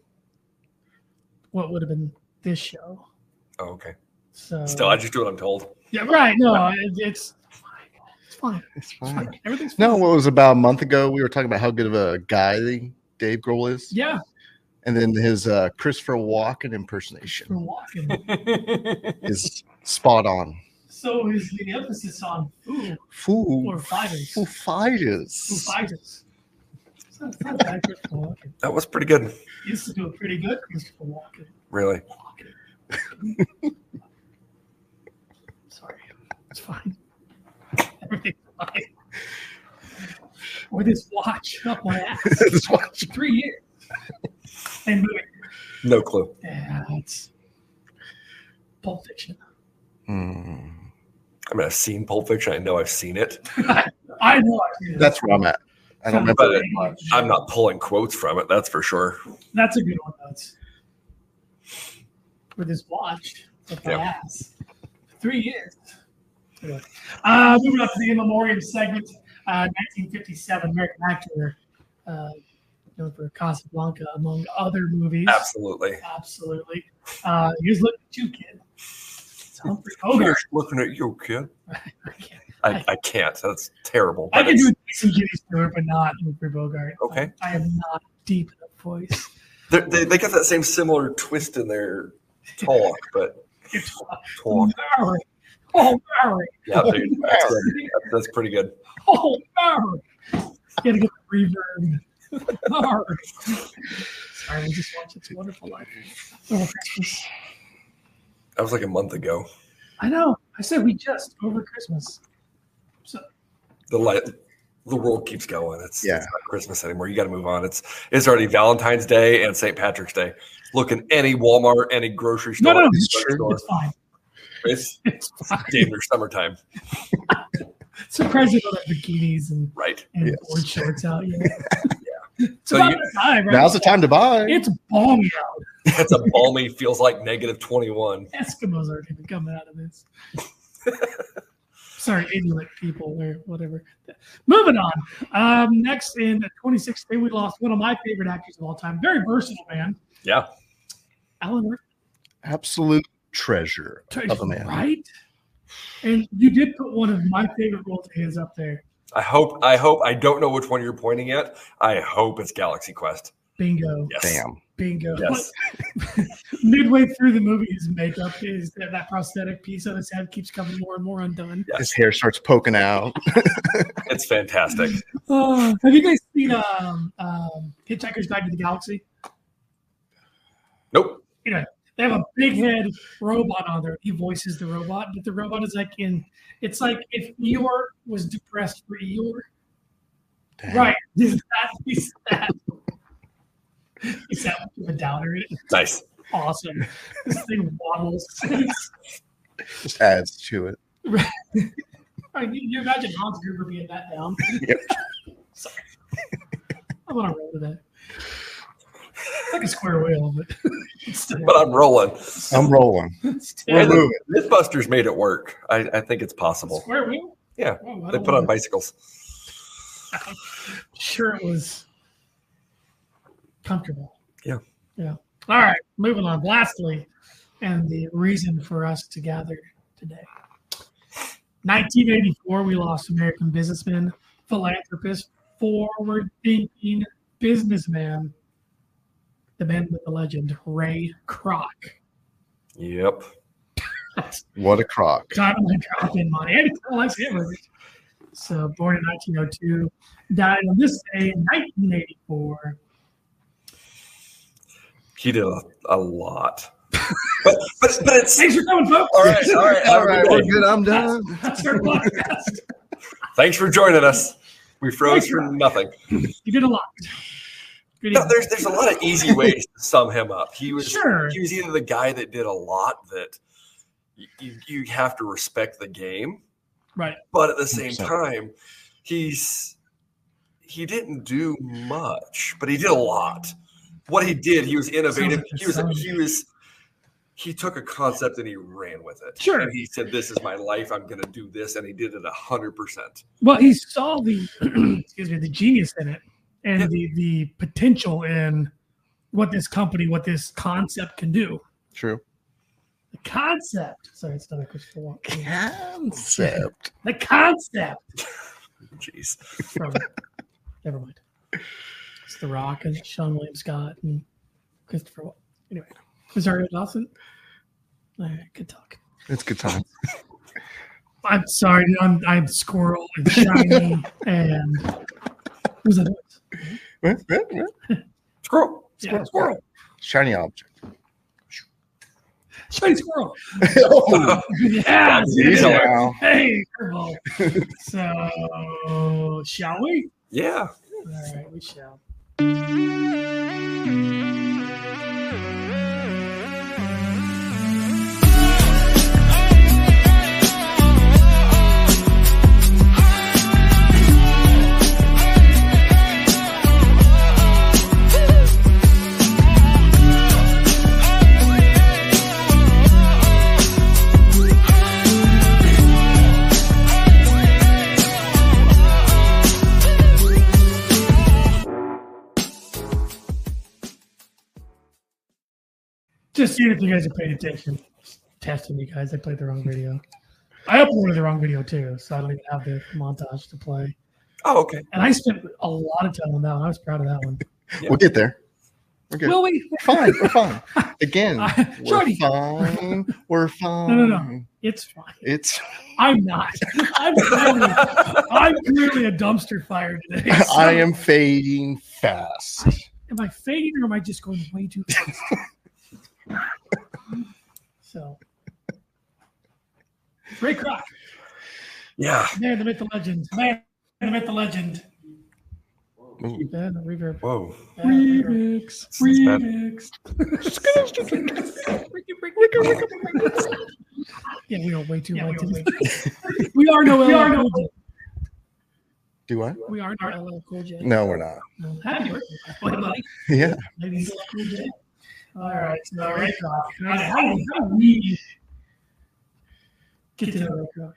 Speaker 1: what would have been this show.
Speaker 6: Oh, okay.
Speaker 1: So
Speaker 6: Still, I just do what I'm told.
Speaker 1: yeah, right. No, it, it's it's fine.
Speaker 2: it's
Speaker 1: It's
Speaker 2: fine.
Speaker 1: fine. Everything's fine.
Speaker 2: No, what was about a month ago? We were talking about how good of a guy Dave Grohl is,
Speaker 1: Yeah,
Speaker 2: and then his uh, Christopher Walken impersonation
Speaker 1: we're walking.
Speaker 2: is spot on.
Speaker 1: so is the emphasis on who
Speaker 2: Foo
Speaker 1: Or fighters.
Speaker 2: Foo
Speaker 1: who
Speaker 2: fighters.
Speaker 1: fights us. It's not, it's not bad Christopher Walken.
Speaker 6: That was pretty good,
Speaker 1: He used to do a pretty good Christopher Walken.
Speaker 6: really.
Speaker 1: Sorry, it's fine. Everything's fine. With this watch up my ass,
Speaker 2: That's why-
Speaker 1: three years. And moving.
Speaker 6: No clue.
Speaker 1: Yeah, it's Pulp Fiction.
Speaker 2: Hmm.
Speaker 6: I mean, I've seen Pulp Fiction. I know I've seen it.
Speaker 1: I know. I did.
Speaker 2: That's where I'm at. I don't remember.
Speaker 6: But I'm not pulling quotes from it. That's for sure.
Speaker 1: That's a good one. though. It's with his watch up my
Speaker 6: Yeah.
Speaker 1: ass. Three years. Anyway. Uh, moving on to the in memoriam segment. Uh, 1957 American actor, uh, known for Casablanca, among other movies.
Speaker 6: Absolutely.
Speaker 1: Absolutely. Uh, he was looking at you, kid. It's Humphrey Bogart.
Speaker 6: You're looking at you, kid. I, I can't. That's terrible.
Speaker 1: I
Speaker 6: But
Speaker 1: can do
Speaker 6: it's-
Speaker 1: Jason Jimmy Stewart, but not Humphrey Bogart.
Speaker 6: Okay.
Speaker 1: I have not deep enough voice.
Speaker 6: they, they, they got that same similar twist in their talk, but
Speaker 1: It's
Speaker 6: talk.
Speaker 1: Mary. Oh, Mary.
Speaker 6: Yeah, dude, that's, good. That's- that's pretty good.
Speaker 1: Oh, no. You had to get the reverb. No. Sorry, we just watched It's a Wonderful Life. Over Christmas.
Speaker 6: That was like a month ago.
Speaker 1: I know. I said we just over Christmas. So
Speaker 6: the light the world keeps going. It's,
Speaker 2: Yeah.
Speaker 6: it's not Christmas anymore. You got to move on. It's it's already Valentine's Day and St. Patrick's Day. Look in any Walmart, any grocery
Speaker 1: No,
Speaker 6: store.
Speaker 1: no,
Speaker 6: any
Speaker 2: it's
Speaker 6: drug
Speaker 2: true.
Speaker 6: store.
Speaker 1: it's fine.
Speaker 6: It's
Speaker 1: It's fine.
Speaker 6: damn near summertime,
Speaker 1: Surprising all the bikinis and,
Speaker 6: right?
Speaker 1: and
Speaker 2: Yes.
Speaker 1: board shorts out. You know? It's
Speaker 6: So
Speaker 1: about
Speaker 6: you-
Speaker 1: the time, right?
Speaker 2: Now's the time to buy.
Speaker 1: It's balmy out.
Speaker 6: It's a balmy, feels like negative twenty one.
Speaker 1: Eskimos aren't even coming out of this. Sorry, Inuit people or whatever. Moving on. Um, next in 2016, we lost one of my favorite actors of all time. Very versatile man,
Speaker 6: Yeah,
Speaker 1: Alan Rickman.
Speaker 2: Absolute treasure of a man.
Speaker 1: Right? And you did put one of my favorite roles of his up there.
Speaker 6: I hope. I hope. I don't know which one you're pointing at. I hope it's Galaxy Quest.
Speaker 1: Bingo.
Speaker 6: Yes.
Speaker 2: Damn.
Speaker 1: Bingo.
Speaker 6: Yes.
Speaker 1: Midway through the movie, his makeup is that, that prosthetic piece on his head keeps coming more and more undone.
Speaker 6: Yes.
Speaker 2: His hair starts poking out.
Speaker 6: It's fantastic.
Speaker 1: Uh, have you guys seen um, um, Hitchhiker's Guide to the Galaxy?
Speaker 6: Nope.
Speaker 1: they have a big head robot on there. He voices the robot, but the robot is like in. It's like if Eeyore was depressed for Eeyore.
Speaker 2: Damn.
Speaker 1: Right. He's that. He's that. He's that much of a downer. It's
Speaker 6: Nice.
Speaker 1: awesome. This thing waddles.
Speaker 2: Just adds to it.
Speaker 1: I mean, you imagine Hans Gruber being that down.
Speaker 2: Yep.
Speaker 1: Sorry. I'm on a roll today. It's like a square wheel, but it's still,
Speaker 6: But uh, I'm rolling.
Speaker 2: I'm rolling.
Speaker 1: it's still
Speaker 2: We're moving.
Speaker 6: Mythbusters made it work. I, I think it's
Speaker 1: a
Speaker 6: possible.
Speaker 1: square wheel.
Speaker 6: Yeah,
Speaker 1: Oh, I
Speaker 6: They
Speaker 1: don't
Speaker 6: put on
Speaker 1: know.
Speaker 6: bicycles.
Speaker 1: sure it was comfortable.
Speaker 6: Yeah.
Speaker 1: Yeah. All right. Moving on. Lastly, and the reason for us to gather today 1984, we lost American businessman, philanthropist, forward thinking businessman, the man with the legend, Ray Kroc.
Speaker 6: Yep.
Speaker 2: What a crock.
Speaker 1: Time like Kroc in Montana, Alex Hamburger. So, born in 1902, died on this day in 1984.
Speaker 6: He did a, a lot. but, but, but it's
Speaker 1: Thanks for coming, folks.
Speaker 6: all right. All right. All right.
Speaker 2: we're good. I'm done.
Speaker 1: That's our podcast.
Speaker 6: Thanks for joining us. We froze for nothing.
Speaker 1: You did a lot. Good
Speaker 6: No,
Speaker 1: evening.
Speaker 6: there's there's a lot of easy ways to sum him up. He was
Speaker 1: Sure.
Speaker 6: he was either the guy that did a lot that you, you, you have to respect the game,
Speaker 1: Right.
Speaker 6: but at the same
Speaker 7: 100%.
Speaker 6: time, he's he didn't do much, but he did a lot. What he did, he was innovative.
Speaker 1: like you're
Speaker 6: He was
Speaker 1: selling
Speaker 6: he
Speaker 1: it.
Speaker 6: was he took a concept and he ran with it.
Speaker 1: Sure.
Speaker 6: And he said, This is my life, I'm gonna do this, and he did it a hundred percent.
Speaker 1: Well, he saw the excuse me the genius in it and the the potential in what this company, what this concept can do.
Speaker 2: True.
Speaker 1: The concept. Sorry, it's not a Christopher Walken.
Speaker 2: Concept.
Speaker 1: The concept.
Speaker 6: Jeez.
Speaker 1: From, never mind. It's The Rock and Sean William Scott and Christopher. Walken. Anyway, Rosario Dawson. All right, good talk.
Speaker 2: It's good time.
Speaker 1: I'm sorry, I'm, I'm squirrel and shiny and who's that?
Speaker 2: Well, well, well.
Speaker 6: Squirrel.
Speaker 1: Yeah, squirrel,
Speaker 2: Shiny object.
Speaker 1: shiny squirrel.
Speaker 2: oh,
Speaker 1: Yeah,
Speaker 6: He's
Speaker 1: dude.
Speaker 6: all right.
Speaker 2: now.
Speaker 1: Hey, curveball. so, shall we?
Speaker 6: Yeah.
Speaker 1: All right, we shall. Just seeing if you guys are paying attention. Just testing you guys. I played the wrong video. I uploaded the wrong video too, so I don't even have the montage to play.
Speaker 6: Oh, okay.
Speaker 1: And I spent a lot of time on that one. I was proud of that one.
Speaker 2: We'll get there. We're good.
Speaker 1: Will we?
Speaker 2: we're fine. We're fine. Again,
Speaker 1: I-
Speaker 2: we're
Speaker 1: Shorty.
Speaker 2: fine. We're fine.
Speaker 1: no, no. It's fine.
Speaker 2: It's.
Speaker 1: I'm not. I'm clearly, I'm clearly a dumpster fire today. so-
Speaker 2: I am fading fast.
Speaker 1: Am I fading or am I just going way too fast? so, Ray Kroc,
Speaker 6: Yeah.
Speaker 1: man, the myth, the legend, man, the myth, the legend.
Speaker 2: Ooh.
Speaker 1: Man, the reverb.
Speaker 6: Whoa.
Speaker 1: Man, the reverb.
Speaker 6: Remix.
Speaker 1: Yeah, we are way too yeah, We are no LL Cool J.
Speaker 2: Do I?
Speaker 1: We are no LL Cool J.
Speaker 2: No, we're not.
Speaker 1: No. Happy birthday, buddy.
Speaker 2: Yeah.
Speaker 1: Ladies, LL Cool J. All right, so Ray Kroc. How, do- how, do- how do we get to know Ray Kroc?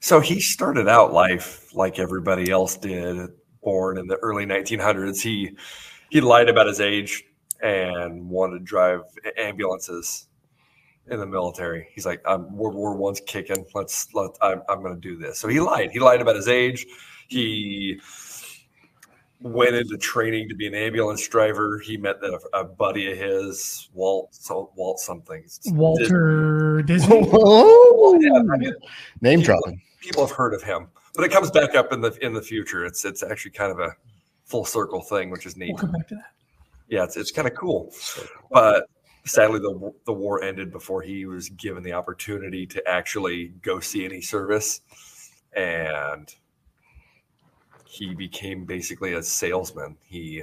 Speaker 6: So he started out life like everybody else did, born in the early 1900s. He he lied about his age and wanted to drive a- ambulances in the military. He's like, um, I'm, World War One's kicking. Let's let I'm, I'm going to do this. So he lied. He lied about his age. He went into training to be an ambulance driver. He met a, a buddy of his, Walt, so Walt something.
Speaker 1: Walter Disney.
Speaker 2: Whoa.
Speaker 6: Yeah, I mean,
Speaker 2: Name dropping.
Speaker 6: people have heard of him, but it comes back up in the in the future. It's it's actually kind of a full circle thing, which is neat.
Speaker 1: We'll come back to that.
Speaker 6: Yeah, it's it's kind of cool. But sadly, the the war ended before he was given the opportunity to actually go see any service, and he became basically a salesman. He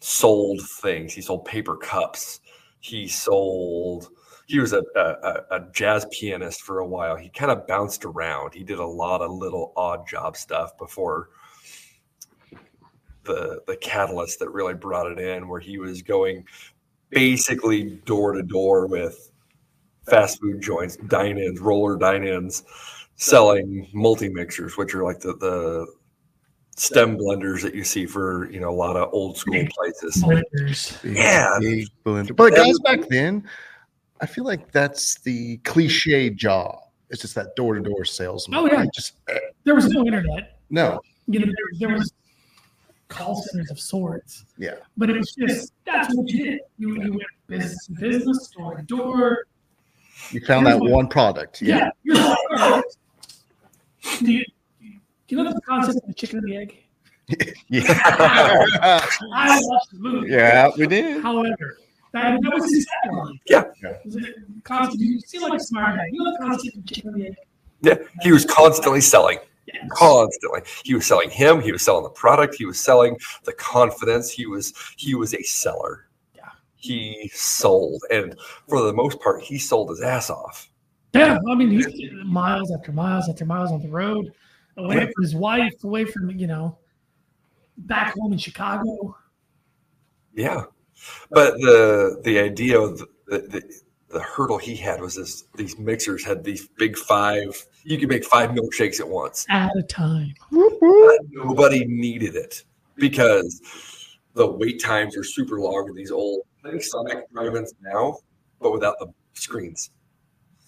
Speaker 6: sold things. He sold paper cups. He sold. He was a, a, a- a jazz pianist for a while. He kind of bounced around. He did a lot of little odd job stuff before the the catalyst that really brought it in, where he was going basically door to door with fast food joints, dine ins, roller dine ins, selling multi mixers, which are like the the stem blenders that you see for you know a lot of old school places.
Speaker 1: Blenders.
Speaker 6: Yeah.
Speaker 2: Big blender. But guys, back then, I feel like that's the cliche job
Speaker 3: It's just that door to door salesman.
Speaker 1: Oh, yeah.
Speaker 3: I just eh,
Speaker 1: There was no internet.
Speaker 3: no,
Speaker 1: You know, there, there was call centers of sorts,
Speaker 3: yeah,
Speaker 1: but it was just that's what you did. You, you went business to business, door to door.
Speaker 3: you found that one product. Yeah,
Speaker 1: Yeah. you're like, "Oh." do, you, do you know the concept of the chicken and the egg?
Speaker 3: yeah,
Speaker 1: I watched the movie.
Speaker 3: yeah, we did.
Speaker 1: However, that, that was his tagline.
Speaker 6: Yeah.
Speaker 3: Yeah.
Speaker 1: Was it constant, you seem like a smart guy. You know the concept of chicken and the egg?
Speaker 6: Yeah, he was constantly selling,
Speaker 1: Yeah.
Speaker 6: constantly. He was selling him. He was selling the product. He was selling the confidence. He was he was a seller.
Speaker 1: Yeah.
Speaker 6: He sold, and for the most part, he sold his ass off.
Speaker 1: Uh, Yeah, I mean, he's getting miles after miles after miles on the road, away from his wife, away from you know, back home in Chicago.
Speaker 6: Yeah, but the the idea of the the, the hurdle he had was this: these mixers had these big five. You could make five milkshakes at once.
Speaker 1: At a time,
Speaker 6: but nobody needed it because the wait times are super long in these old I think Sonic drive-ins now, but without the screens.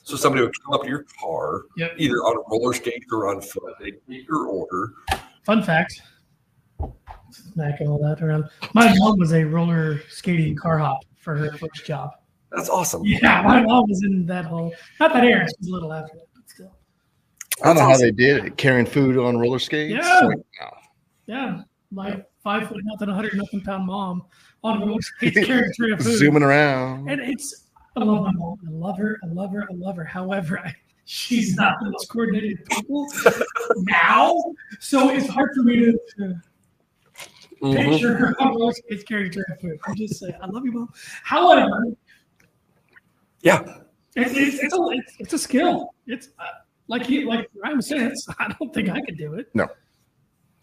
Speaker 6: So somebody would come up to your car,
Speaker 1: Yep.
Speaker 6: either on roller skates or on foot. They take your order.
Speaker 1: fun fact. Smacking all that around. My mom was a roller skating car hop for her first job.
Speaker 6: That's awesome.
Speaker 1: Yeah, my mom was in that whole. Not that Aaron was a little after that, but still.
Speaker 3: I don't know how they did it. Carrying food on roller skates.
Speaker 1: Yeah.
Speaker 3: Like, no.
Speaker 1: Yeah, my five foot nothing, hundred nothing pound mom on roller skates carrying three of food.
Speaker 3: Zooming around.
Speaker 1: And it's I love my mom. I love her. I love her. I love her. However, I, she's not the most coordinated people now, so it's hard for me to, to
Speaker 6: Mhm.
Speaker 1: picture her on roller skates carrying tray of food. I just say I love you, mom. However,
Speaker 6: Yeah.
Speaker 1: it's it's, it's a it's, it's a skill. It's uh, like you like Ryan was saying. It's, I don't think I could do it.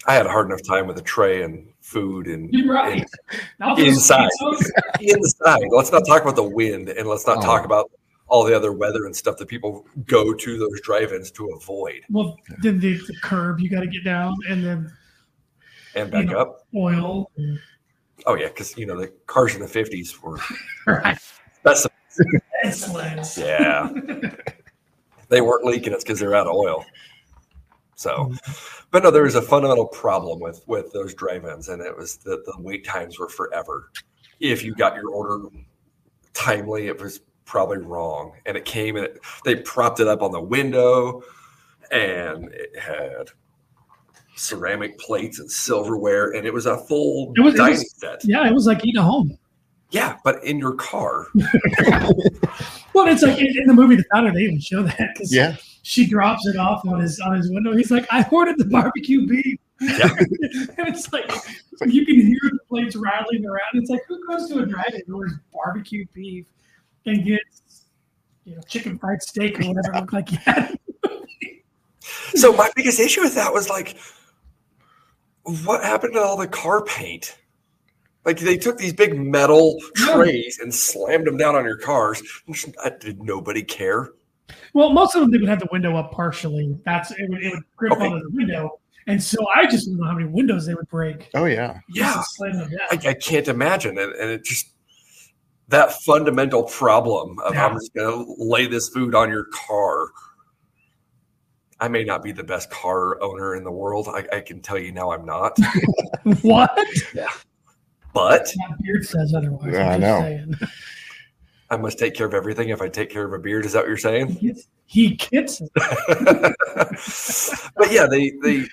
Speaker 6: I had a hard enough time with a tray and food and
Speaker 1: You're right. Not those
Speaker 6: Inside.
Speaker 1: pizzas.
Speaker 6: inside. Let's not talk about the wind and let's not
Speaker 3: Oh.
Speaker 6: talk about all the other weather and stuff that people go to those drive-ins to avoid
Speaker 1: Well, then the, the curb you got to get down, and then
Speaker 6: and back
Speaker 1: Yeah.
Speaker 6: up.
Speaker 1: oil.
Speaker 6: Oh yeah, because you know the cars in the fifties were
Speaker 1: Right.
Speaker 6: that's
Speaker 1: Excellent.
Speaker 6: Yeah. they weren't leaking it's because they're out of oil. So, but no, there was a fundamental problem with with those drive-ins, and it was that the wait times were forever. If you got your order timely, it was probably wrong, and it came and it, they propped it up on the window, and it had ceramic plates and silverware, and it was a full
Speaker 1: It was- it
Speaker 6: dining
Speaker 1: was-
Speaker 6: set.
Speaker 1: Yeah, it was like eating at home.
Speaker 6: Yeah, but in your car.
Speaker 1: Well, it's like in, in the movie The Founder, they even show that because
Speaker 3: Yeah.
Speaker 1: she drops it off on his on his window. He's like, "I ordered the barbecue beef,"
Speaker 6: Yeah.
Speaker 1: and it's like you can hear the plates rattling around. It's like who goes to a drive-in and orders barbecue beef and gets you know chicken fried steak or whatever it looked like? Yeah,
Speaker 6: So my biggest issue with that was like, what happened to all the car paint? Like they took these big metal
Speaker 1: Yeah.
Speaker 6: trays and slammed them down on your cars. I- Did nobody care?
Speaker 1: Well, most of them they would have the window up partially. That's it would, it would grip
Speaker 6: Okay.
Speaker 1: onto the window, and so I just don't know how many windows they would break.
Speaker 3: Oh yeah.
Speaker 6: Yeah,
Speaker 1: Just slam them down.
Speaker 6: I, I can't imagine. And, and it just that fundamental problem of
Speaker 1: Yeah.
Speaker 6: I'm just going to lay this food on your car. I may not be the best car owner in the world. I, I can tell you now I'm not,
Speaker 1: what?
Speaker 6: but
Speaker 1: My beard says otherwise.
Speaker 3: Yeah,
Speaker 1: I'm
Speaker 3: I
Speaker 1: just
Speaker 3: know.
Speaker 1: saying.
Speaker 6: I must take care of everything. If I take care of a beard, is that what you're saying?
Speaker 1: He gets- He gets it.
Speaker 6: but yeah, they they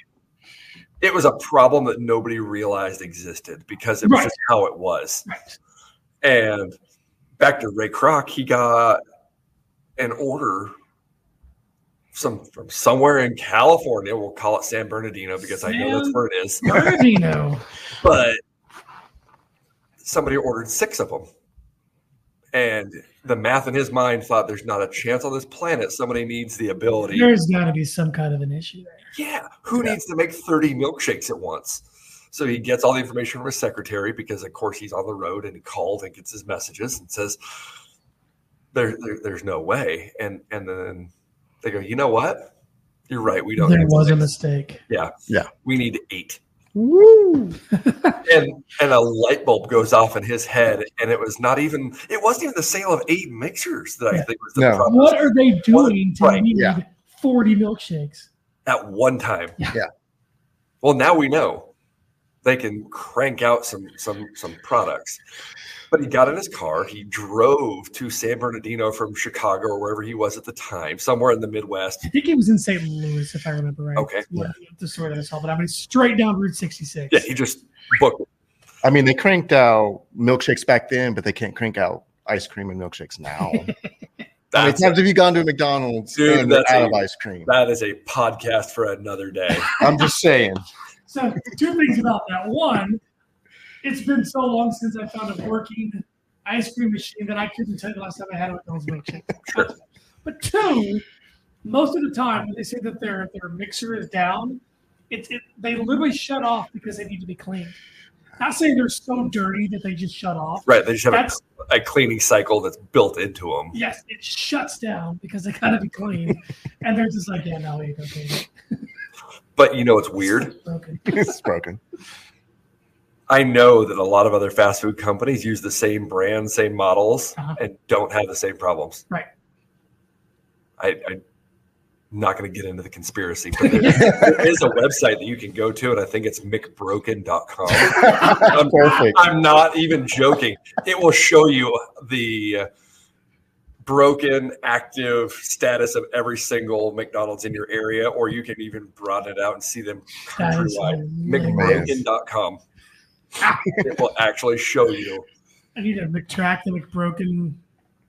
Speaker 6: it was a problem that nobody realized existed because it was
Speaker 1: Right.
Speaker 6: just how it was.
Speaker 1: Right.
Speaker 6: And back to Ray Kroc, he got an order some from somewhere in California. We'll call it San Bernardino because I know that's
Speaker 1: San-
Speaker 6: where it is.
Speaker 1: Bernardino.
Speaker 6: But somebody ordered six of them. And the math in his mind thought there's not a chance on this planet somebody needs the ability
Speaker 1: There's got to be some kind of an issue there.
Speaker 6: yeah, who needs to make 30 milkshakes at once? So he gets all the information from his secretary because, of course, he's on the road and he called and gets his messages and says, there, there, There's no way. And, and then they go, You know what? You're right. We don't.
Speaker 1: There
Speaker 6: need
Speaker 1: was a
Speaker 6: six.
Speaker 1: mistake.
Speaker 6: We need eight.
Speaker 2: Woo!
Speaker 6: And, and a light bulb goes off in his head. And it was not even, it wasn't even the sale of eight mixers that I
Speaker 1: Yeah.
Speaker 6: think was the
Speaker 3: No.
Speaker 6: problem.
Speaker 1: What are they doing to
Speaker 6: Right,
Speaker 1: need
Speaker 3: yeah.
Speaker 1: forty milkshakes.
Speaker 6: at one time.
Speaker 1: Yeah.
Speaker 3: Yeah.
Speaker 6: Well, now we know they can crank out some some some products. But he got in his car. He drove to San Bernardino from Chicago or wherever he was at the time, somewhere in the Midwest.
Speaker 1: I think it was in St. Louis, if I remember right.
Speaker 6: Okay.
Speaker 1: Yeah, The story that I saw, but I mean, straight down Route 66.
Speaker 6: Yeah, he just booked. it.
Speaker 3: I mean, they cranked out milkshakes back then, but they can't crank out ice cream and milkshakes now. How many
Speaker 6: That's,
Speaker 3: times have you gone to a McDonald's
Speaker 6: Dude,
Speaker 3: and they're
Speaker 6: that's
Speaker 3: out
Speaker 6: a-
Speaker 3: of ice cream?
Speaker 6: that is a podcast for another day.
Speaker 2: I'm just saying.
Speaker 1: So, two things about that. One, it's been so long since I found a working ice cream machine that I couldn't tell you the last time I had a McDonald's milkshake. But two, most of the time when they say that their their mixer is down, it's it, they literally shut off because they need to be cleaned. Not saying they're so dirty that they just shut off.
Speaker 6: right. They just have
Speaker 1: That's
Speaker 6: a, a cleaning cycle that's built into them.
Speaker 1: yes, it shuts down because they gotta be cleaned, and they're just like, yeah, no, we ain't gonna clean it.
Speaker 6: But you know it's weird?
Speaker 1: Okay.
Speaker 3: it's broken.
Speaker 6: I know that a lot of other fast food companies use the same brand, same models,
Speaker 1: Uh-huh.
Speaker 6: and don't have the same problems.
Speaker 1: Right.
Speaker 6: I, I'm not going to get into the conspiracy, but there, there is a website that you can go to, and I think it's mcbroken.com. I'm,
Speaker 3: Perfect.
Speaker 6: I'm not even joking. It will show you the broken active status of every single McDonald's in your area, or you can even broaden it out and see them
Speaker 1: That is
Speaker 6: countrywide.
Speaker 1: hilarious.
Speaker 6: McBroken.com. it will actually show you.
Speaker 1: I need to McTrack the McBroken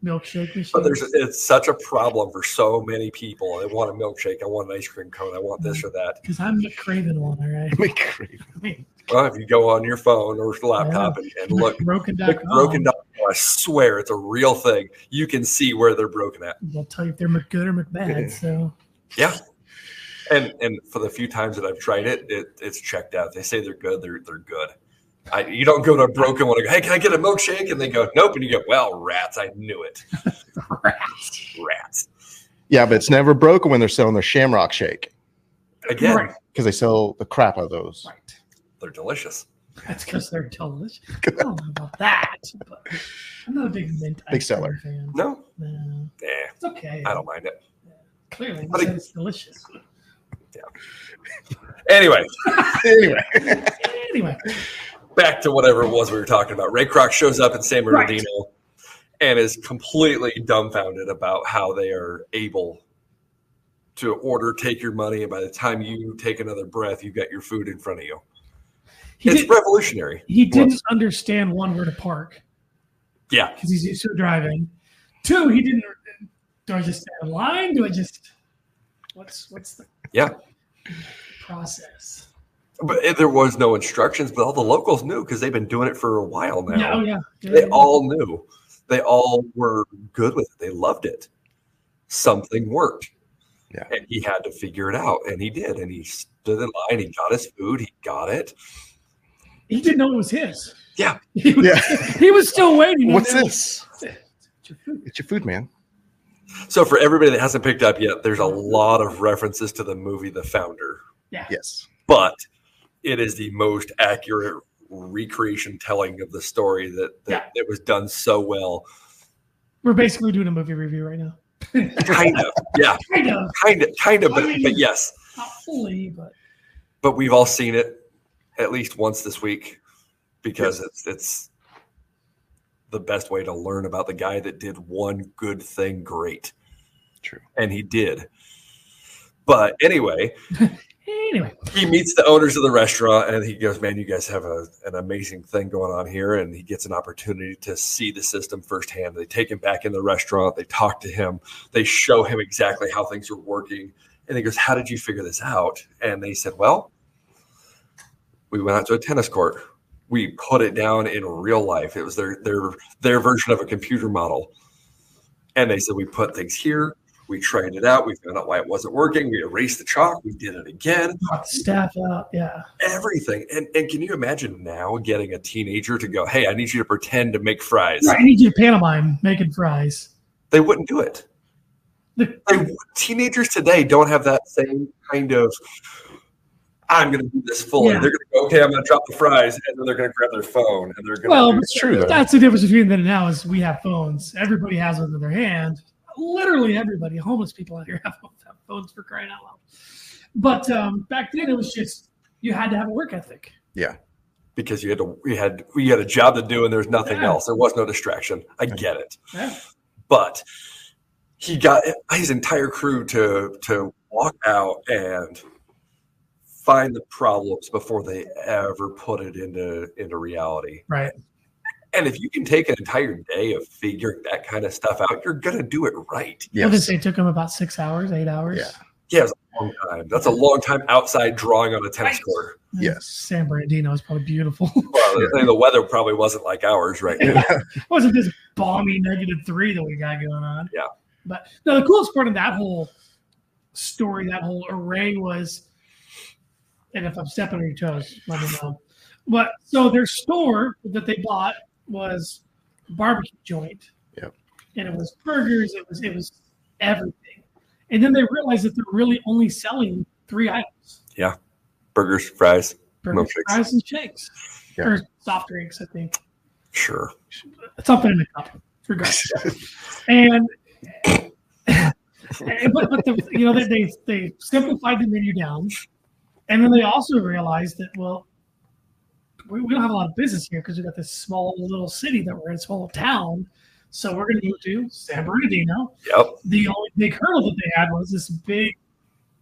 Speaker 1: milkshake machine.
Speaker 6: But Oh, there's it's such a problem for so many people. I want a milkshake. I want an ice cream cone. I want this or that.
Speaker 1: because I'm McCraven one, all right.
Speaker 3: McCraven.
Speaker 1: I mean,
Speaker 6: Well, if you go on your phone or laptop and, and look,
Speaker 1: McBroken.com.
Speaker 6: broken down. I swear it's a real thing. You can see where they're broken at.
Speaker 1: They'll tell you if they're McGood or McBad. So
Speaker 6: Yeah. And and for the few times that I've tried it, it it's checked out. They say they're good. They're they're good. I, you don't go to a broken one and go, hey, can I get a milkshake? And they go, nope. And you go, well, rats, I knew it. rats.
Speaker 3: Yeah, but it's never broken when they're selling their shamrock shake
Speaker 6: Again,
Speaker 1: Right.
Speaker 3: because they sell the crap out of those.
Speaker 1: right.
Speaker 6: they're delicious.
Speaker 1: That's because they're delicious. I don't know about that, but I'm not a big mint
Speaker 3: Big
Speaker 1: ice cream
Speaker 3: seller.
Speaker 1: fan.
Speaker 6: No,
Speaker 1: No,
Speaker 6: eh,
Speaker 1: it's okay.
Speaker 6: I don't mind it.
Speaker 1: Clearly,
Speaker 6: But
Speaker 1: you
Speaker 6: it-
Speaker 1: said it's delicious.
Speaker 6: Anyway,
Speaker 3: Anyway,
Speaker 1: Anyway,
Speaker 6: back to whatever it was we were talking about. Ray Kroc shows up in San
Speaker 1: Right.
Speaker 6: Bernardino and is completely dumbfounded about how they are able to order, take your money, and by the time you take another breath, you've got your food in front of you.
Speaker 1: he,
Speaker 6: it's
Speaker 1: did,
Speaker 6: revolutionary.
Speaker 1: he didn't understand one where to park.
Speaker 6: Yeah.
Speaker 1: because he's used to driving. Two, he didn't. Do I just stand in line? Do I just? What's what's the
Speaker 6: Yeah.
Speaker 1: process?
Speaker 6: But it- Eh, there was no instructions, but all the locals knew because they've been doing it for a while now.
Speaker 1: Yeah, oh yeah, yeah,
Speaker 6: They
Speaker 1: yeah.
Speaker 6: all knew. They all were good with it. They loved it. Something worked.
Speaker 3: Yeah.
Speaker 6: And he had to figure it out. And he did. And he stood in line. He got his food. He got it.
Speaker 1: He didn't know it was his.
Speaker 6: Yeah.
Speaker 1: He was, he was still waiting. on
Speaker 3: what's
Speaker 1: them.
Speaker 3: this? It's your food, man.
Speaker 6: So for everybody that hasn't picked up yet, there's a lot of references to the movie The Founder,
Speaker 3: Yes.
Speaker 6: but it is the most accurate recreation telling of the story that, that it was done so well.
Speaker 1: We're basically doing a movie review right now.
Speaker 6: Kind of. yeah.
Speaker 1: Kind of,
Speaker 6: Kind of. Kind of. But, but yes.
Speaker 1: not fully, but
Speaker 6: but we've all seen it at least once this week because it's it's the best way to learn about the guy that did one good thing great.
Speaker 3: True.
Speaker 6: And he did. But anyway,
Speaker 1: anyway,
Speaker 6: he meets the owners of the restaurant and he goes, Man, you guys have a, an amazing thing going on here. And he gets an opportunity to see the system firsthand. They take him back in the restaurant, they talk to him, they show him exactly how things are working. And he goes, How did you figure this out? And they said, Well, we went out to a tennis court. We put it down in real life. It was their their their version of a computer model. And they said, We put things here. We tried it out. We found out why it wasn't working. We erased the chalk. We did it again
Speaker 1: staff out. Yeah,
Speaker 6: everything. And and can you imagine now getting a teenager to go, "Hey, I need you to pretend to make fries."
Speaker 1: Right, I need you to pantomime making fries.
Speaker 6: They wouldn't do it. They, teenagers today don't have that same kind of I'm going to do this fully.
Speaker 1: Yeah.
Speaker 6: They're going to go, "Okay, I'm going to drop the fries," and then they're going to grab their phone and they're going
Speaker 1: Well,
Speaker 6: to
Speaker 1: it's
Speaker 3: true, though.
Speaker 1: That's the difference between then and now. Is we have phones. Everybody has one in their hand. literally everybody, homeless people out here have, have phones for crying out loud. But um, back then, it was just you had to have a work ethic.
Speaker 6: because you had to you had you had a job to do and there was nothing
Speaker 1: Yeah.
Speaker 6: else. There was no distraction. I get it.
Speaker 1: Yeah.
Speaker 6: But he got his entire crew to to walk out and find the problems before they ever put it into into reality.
Speaker 1: Right.
Speaker 6: And if you can take an entire day of figuring that kind of stuff out, you're gonna do it right.
Speaker 1: Yes. What did
Speaker 3: Yes.
Speaker 1: they say? It took them about six hours, eight hours.
Speaker 3: Yeah.
Speaker 6: Yeah, it's a long time. That's a long time outside drawing on a tennis
Speaker 1: Right.
Speaker 6: court.
Speaker 1: And
Speaker 3: Yes.
Speaker 1: San Bernardino is probably beautiful.
Speaker 6: Well, I mean, the weather probably wasn't like ours right now.
Speaker 1: It wasn't this balmy negative three that we got going on.
Speaker 6: Yeah.
Speaker 1: But no, the coolest part of that whole story, that whole array was, and if I'm stepping on your toes, let me know. But so their store that they bought was a barbecue joint.
Speaker 3: Yep.
Speaker 1: And it was burgers. It was it was everything. And then they realized that they're really only selling three items:
Speaker 6: Burgers, fries,
Speaker 1: burgers,
Speaker 6: Milkshakes.
Speaker 1: fries, and shakes,
Speaker 3: Yeah.
Speaker 1: or soft drinks. I think
Speaker 6: sure.
Speaker 1: something in the cup, regardless. and and- but, but the, you know they, they they simplified the menu down, and then they also realized that well, we, we don't have a lot of business here because we got this small little city that we're in, small town. So we're going to move to San Bernardino.
Speaker 6: Yep.
Speaker 1: The only big hurdle that they had was this big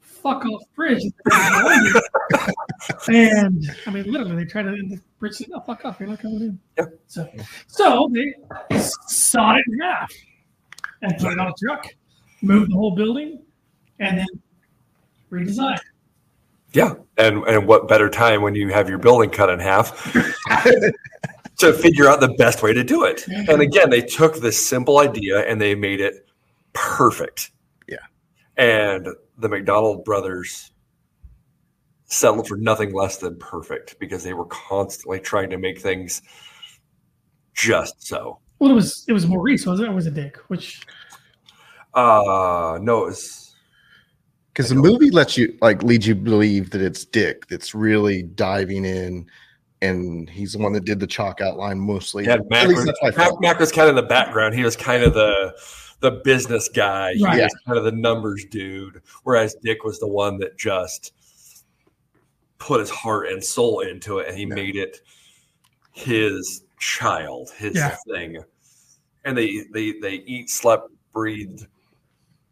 Speaker 1: fuck off bridge. that they had to go over. and I mean, literally, they tried to and the bridge said, "No, fuck off, you're not coming in." Yep. So, so they sawed it in half and put it on a truck, moved the whole building, and then redesigned.
Speaker 6: Yeah, and and what better time when you have your building cut in half to figure out the best way to do it? And again, they took this simple idea and they made it perfect.
Speaker 3: Yeah.
Speaker 6: And the McDonald brothers settled for nothing less than perfect because they were constantly trying to make things just so.
Speaker 1: Well, it was it was Maurice, wasn't it? Or was it Dick? Which
Speaker 6: Uh no, it's
Speaker 3: Because the movie lets you like leads you to believe that it's Dick that's really diving in, and he's the one that did the chalk outline mostly.
Speaker 6: yeah,
Speaker 3: At
Speaker 6: Mac,
Speaker 3: least
Speaker 6: was,
Speaker 3: that's my
Speaker 6: Mac,
Speaker 3: thought.
Speaker 6: Mac was kind of in the background. He was kind of the the business guy. He
Speaker 1: Right.
Speaker 6: was kind of the numbers dude. Whereas Dick was the one that just put his heart and soul into it, and he
Speaker 3: Yeah.
Speaker 6: made it his child, his
Speaker 1: Yeah.
Speaker 6: thing. And they they they eat, slept, breathed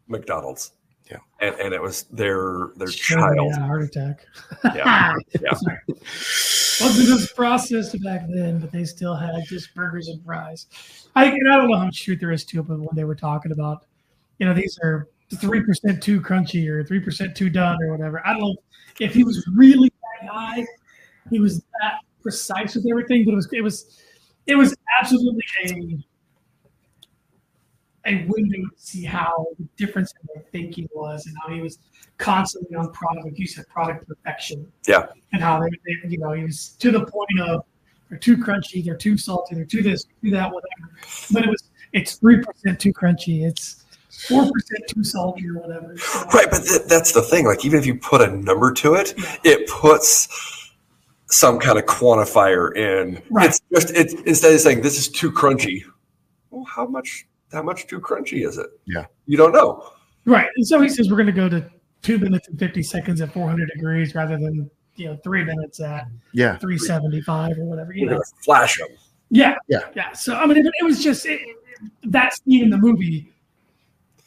Speaker 6: McDonald's.
Speaker 3: Yeah.
Speaker 6: and and it was their their
Speaker 1: Sure,
Speaker 6: child.
Speaker 1: yeah, heart attack.
Speaker 6: Yeah. Yeah.
Speaker 1: Ah, Sorry. Wasn't as processed back then, but they still had just burgers and fries. I and I don't know how much truth there is to it, but when they were talking about, you know, these are three percent too crunchy or three percent too done or whatever. I don't know if he was really that guy. He was that precise with everything, but it was it was it was absolutely a a window to see how the difference in their thinking was and how he was constantly on product, like you said, product perfection and how they, they you know, he was to the point of they're too crunchy, they're too salty, they're too this, too that, whatever. But it was it's three percent too crunchy, it's four percent too salty or whatever. So,
Speaker 6: Right, but th- that's the thing. Like, even if you put a number to it, it puts some kind of quantifier in.
Speaker 1: Right.
Speaker 6: It's just it's instead of saying this is too crunchy. Well, how much? How much too crunchy is it?
Speaker 3: Yeah.
Speaker 6: you don't know.
Speaker 1: Right. And so he says we're gonna go to two minutes and fifty seconds at four hundred degrees rather than you know three minutes at
Speaker 3: Yeah,
Speaker 1: three seventy five or whatever, you
Speaker 6: You're
Speaker 1: know.
Speaker 6: gonna flash them.
Speaker 1: Yeah.
Speaker 3: Yeah.
Speaker 1: Yeah. So I mean, it, it was just it, it- that scene in the movie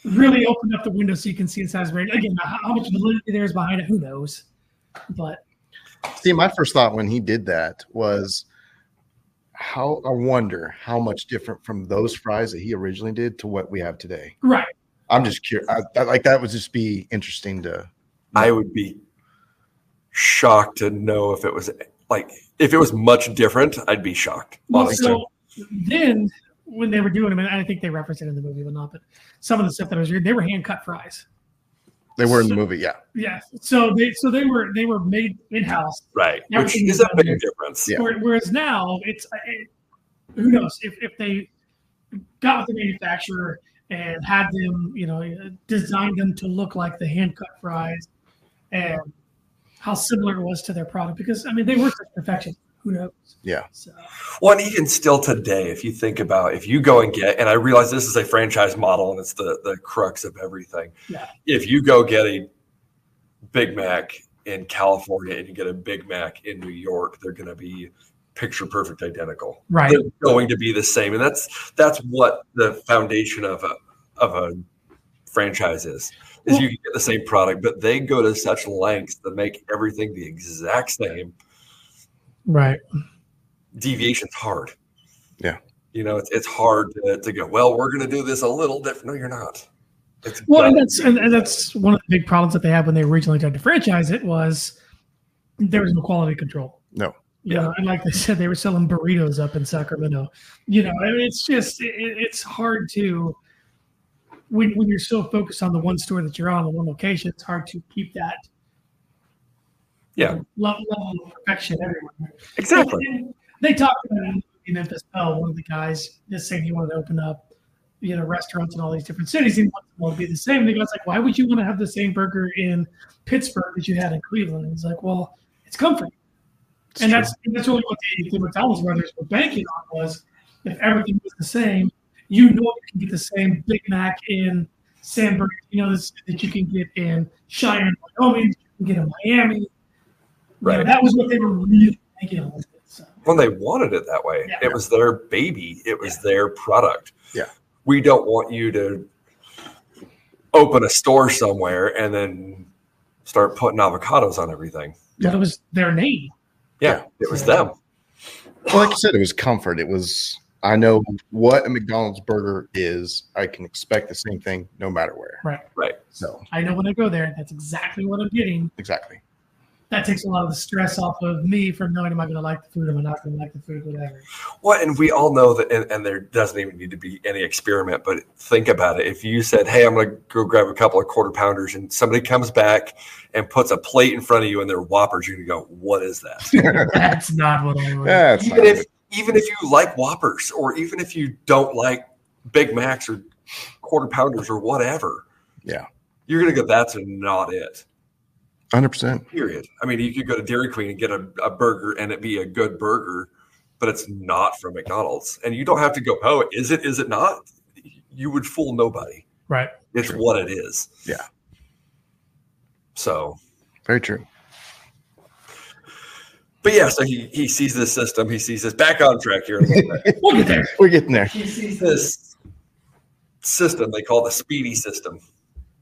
Speaker 1: really opened up the window so you can see inside his brain. Again, how, how much validity there is behind it, who knows? But
Speaker 3: See, my first thought when he did that was how I wonder how much different from those fries that he originally did to what we have today.
Speaker 1: right,
Speaker 3: I'm just curious. I, I- like that would just be interesting to.
Speaker 6: I would be shocked to know if it was like if it was much different. I'd be shocked.
Speaker 1: well,
Speaker 6: honestly.
Speaker 1: so then when they were doing them, and I think they referenced it in the movie, but not. But some of the stuff that I was reading, they were hand cut fries.
Speaker 3: They were in the movie, yeah.
Speaker 1: Yeah. So they so they were they were made in house.
Speaker 6: right, which
Speaker 1: everything
Speaker 6: is
Speaker 1: is
Speaker 6: a big
Speaker 1: under-
Speaker 6: difference.
Speaker 3: Yeah.
Speaker 1: Whereas now it's uh, it, who knows if, if they got with the manufacturer and had them, you know, designed them to look like the hand cut fries and how similar it was to their product because I mean they were such perfection. Who knows?
Speaker 3: Yeah.
Speaker 1: So,
Speaker 6: Well, and even still today, if you think about if you go and get, and I realize this is a franchise model and it's the the crux of everything.
Speaker 1: Yeah.
Speaker 6: If you go get a Big Mac in California and you get a Big Mac in New York, they're going to be picture perfect identical.
Speaker 1: right.
Speaker 6: They're going to be the same, and that's that's what the foundation of a of a franchise is. Is you can get the same product, but they go to such lengths to make everything the exact same
Speaker 1: Right.
Speaker 6: deviation's hard.
Speaker 3: Yeah.
Speaker 6: You know, it's, it's hard to, to go, well, we're going to do this a little different. No, you're not. It's
Speaker 1: Well, and
Speaker 6: done.
Speaker 1: that's and, and that's one of the big problems that they had when they originally tried to franchise it was there was no quality control.
Speaker 3: No.
Speaker 1: You know, and like they said, they were selling burritos up in Sacramento. You know, I mean, it's just it, it- it's hard to when when you're so focused on the one store that you're on, the one location. It's hard to keep that
Speaker 6: yeah,
Speaker 1: level, level of perfection everywhere.
Speaker 6: exactly.
Speaker 1: And They talked about it in Memphis Bell, one of the guys is saying he wanted to open up, you know, restaurants in all these different cities. He wanted them all to be the same. The guy's like, why would you want to have the same burger in Pittsburgh that you had in Cleveland? And he's like, well, it's comfort. and that's and that's really what the, the McDonald's brothers were banking on was if everything was the same, you know you can get the same Big Mac in San Bernardino that that you can get in Cheyenne, Wyoming, that you can get in Miami. You know,
Speaker 6: Right.
Speaker 1: that was what they were really banking on. with it, So.
Speaker 6: When they wanted it that way,
Speaker 1: Yeah.
Speaker 6: it was their baby, it was their product.
Speaker 3: Yeah.
Speaker 6: We don't want you to open a store somewhere and then start putting avocados on everything.
Speaker 1: But it was their name.
Speaker 6: Yeah,
Speaker 3: Yeah.
Speaker 6: it was them.
Speaker 3: Well, like you said, it was comfort. It was I know what a McDonald's burger is. I can expect the same thing no matter where.
Speaker 1: Right.
Speaker 6: Right.
Speaker 3: So
Speaker 1: I know when I go there, that's exactly what I'm getting.
Speaker 3: exactly.
Speaker 1: That takes a lot of the stress off of me from knowing am I going to like the food, am I not going to like the food, whatever.
Speaker 6: Well, and we all know that, and, and there doesn't even need to be any experiment, but think about it. If you said, Hey, I'm going to go grab a couple of quarter pounders, and somebody comes back and puts a plate in front of you and they're Whoppers, you're going to go, What is that?
Speaker 1: That's not what I want.
Speaker 3: That's
Speaker 6: even,
Speaker 3: not
Speaker 6: if,
Speaker 3: it.
Speaker 6: even if you like Whoppers, or even if you don't like Big Macs or quarter pounders or whatever.
Speaker 3: Yeah.
Speaker 6: You're going to go, That's not it.
Speaker 3: 100%.
Speaker 6: Period. I mean, you could go to Dairy Queen and get a, a burger and it be a good burger, but it's not from McDonald's. And you don't have to go, oh, is it? Is it not? You would fool nobody.
Speaker 1: Right.
Speaker 6: It's
Speaker 3: True.
Speaker 6: what it is.
Speaker 3: Yeah.
Speaker 6: So,
Speaker 3: Very true.
Speaker 6: but yeah, so he, he sees this system. He sees this back on track here. a little bit.
Speaker 1: We'll get there.
Speaker 3: We're getting there.
Speaker 6: he sees this system they call the speedy system.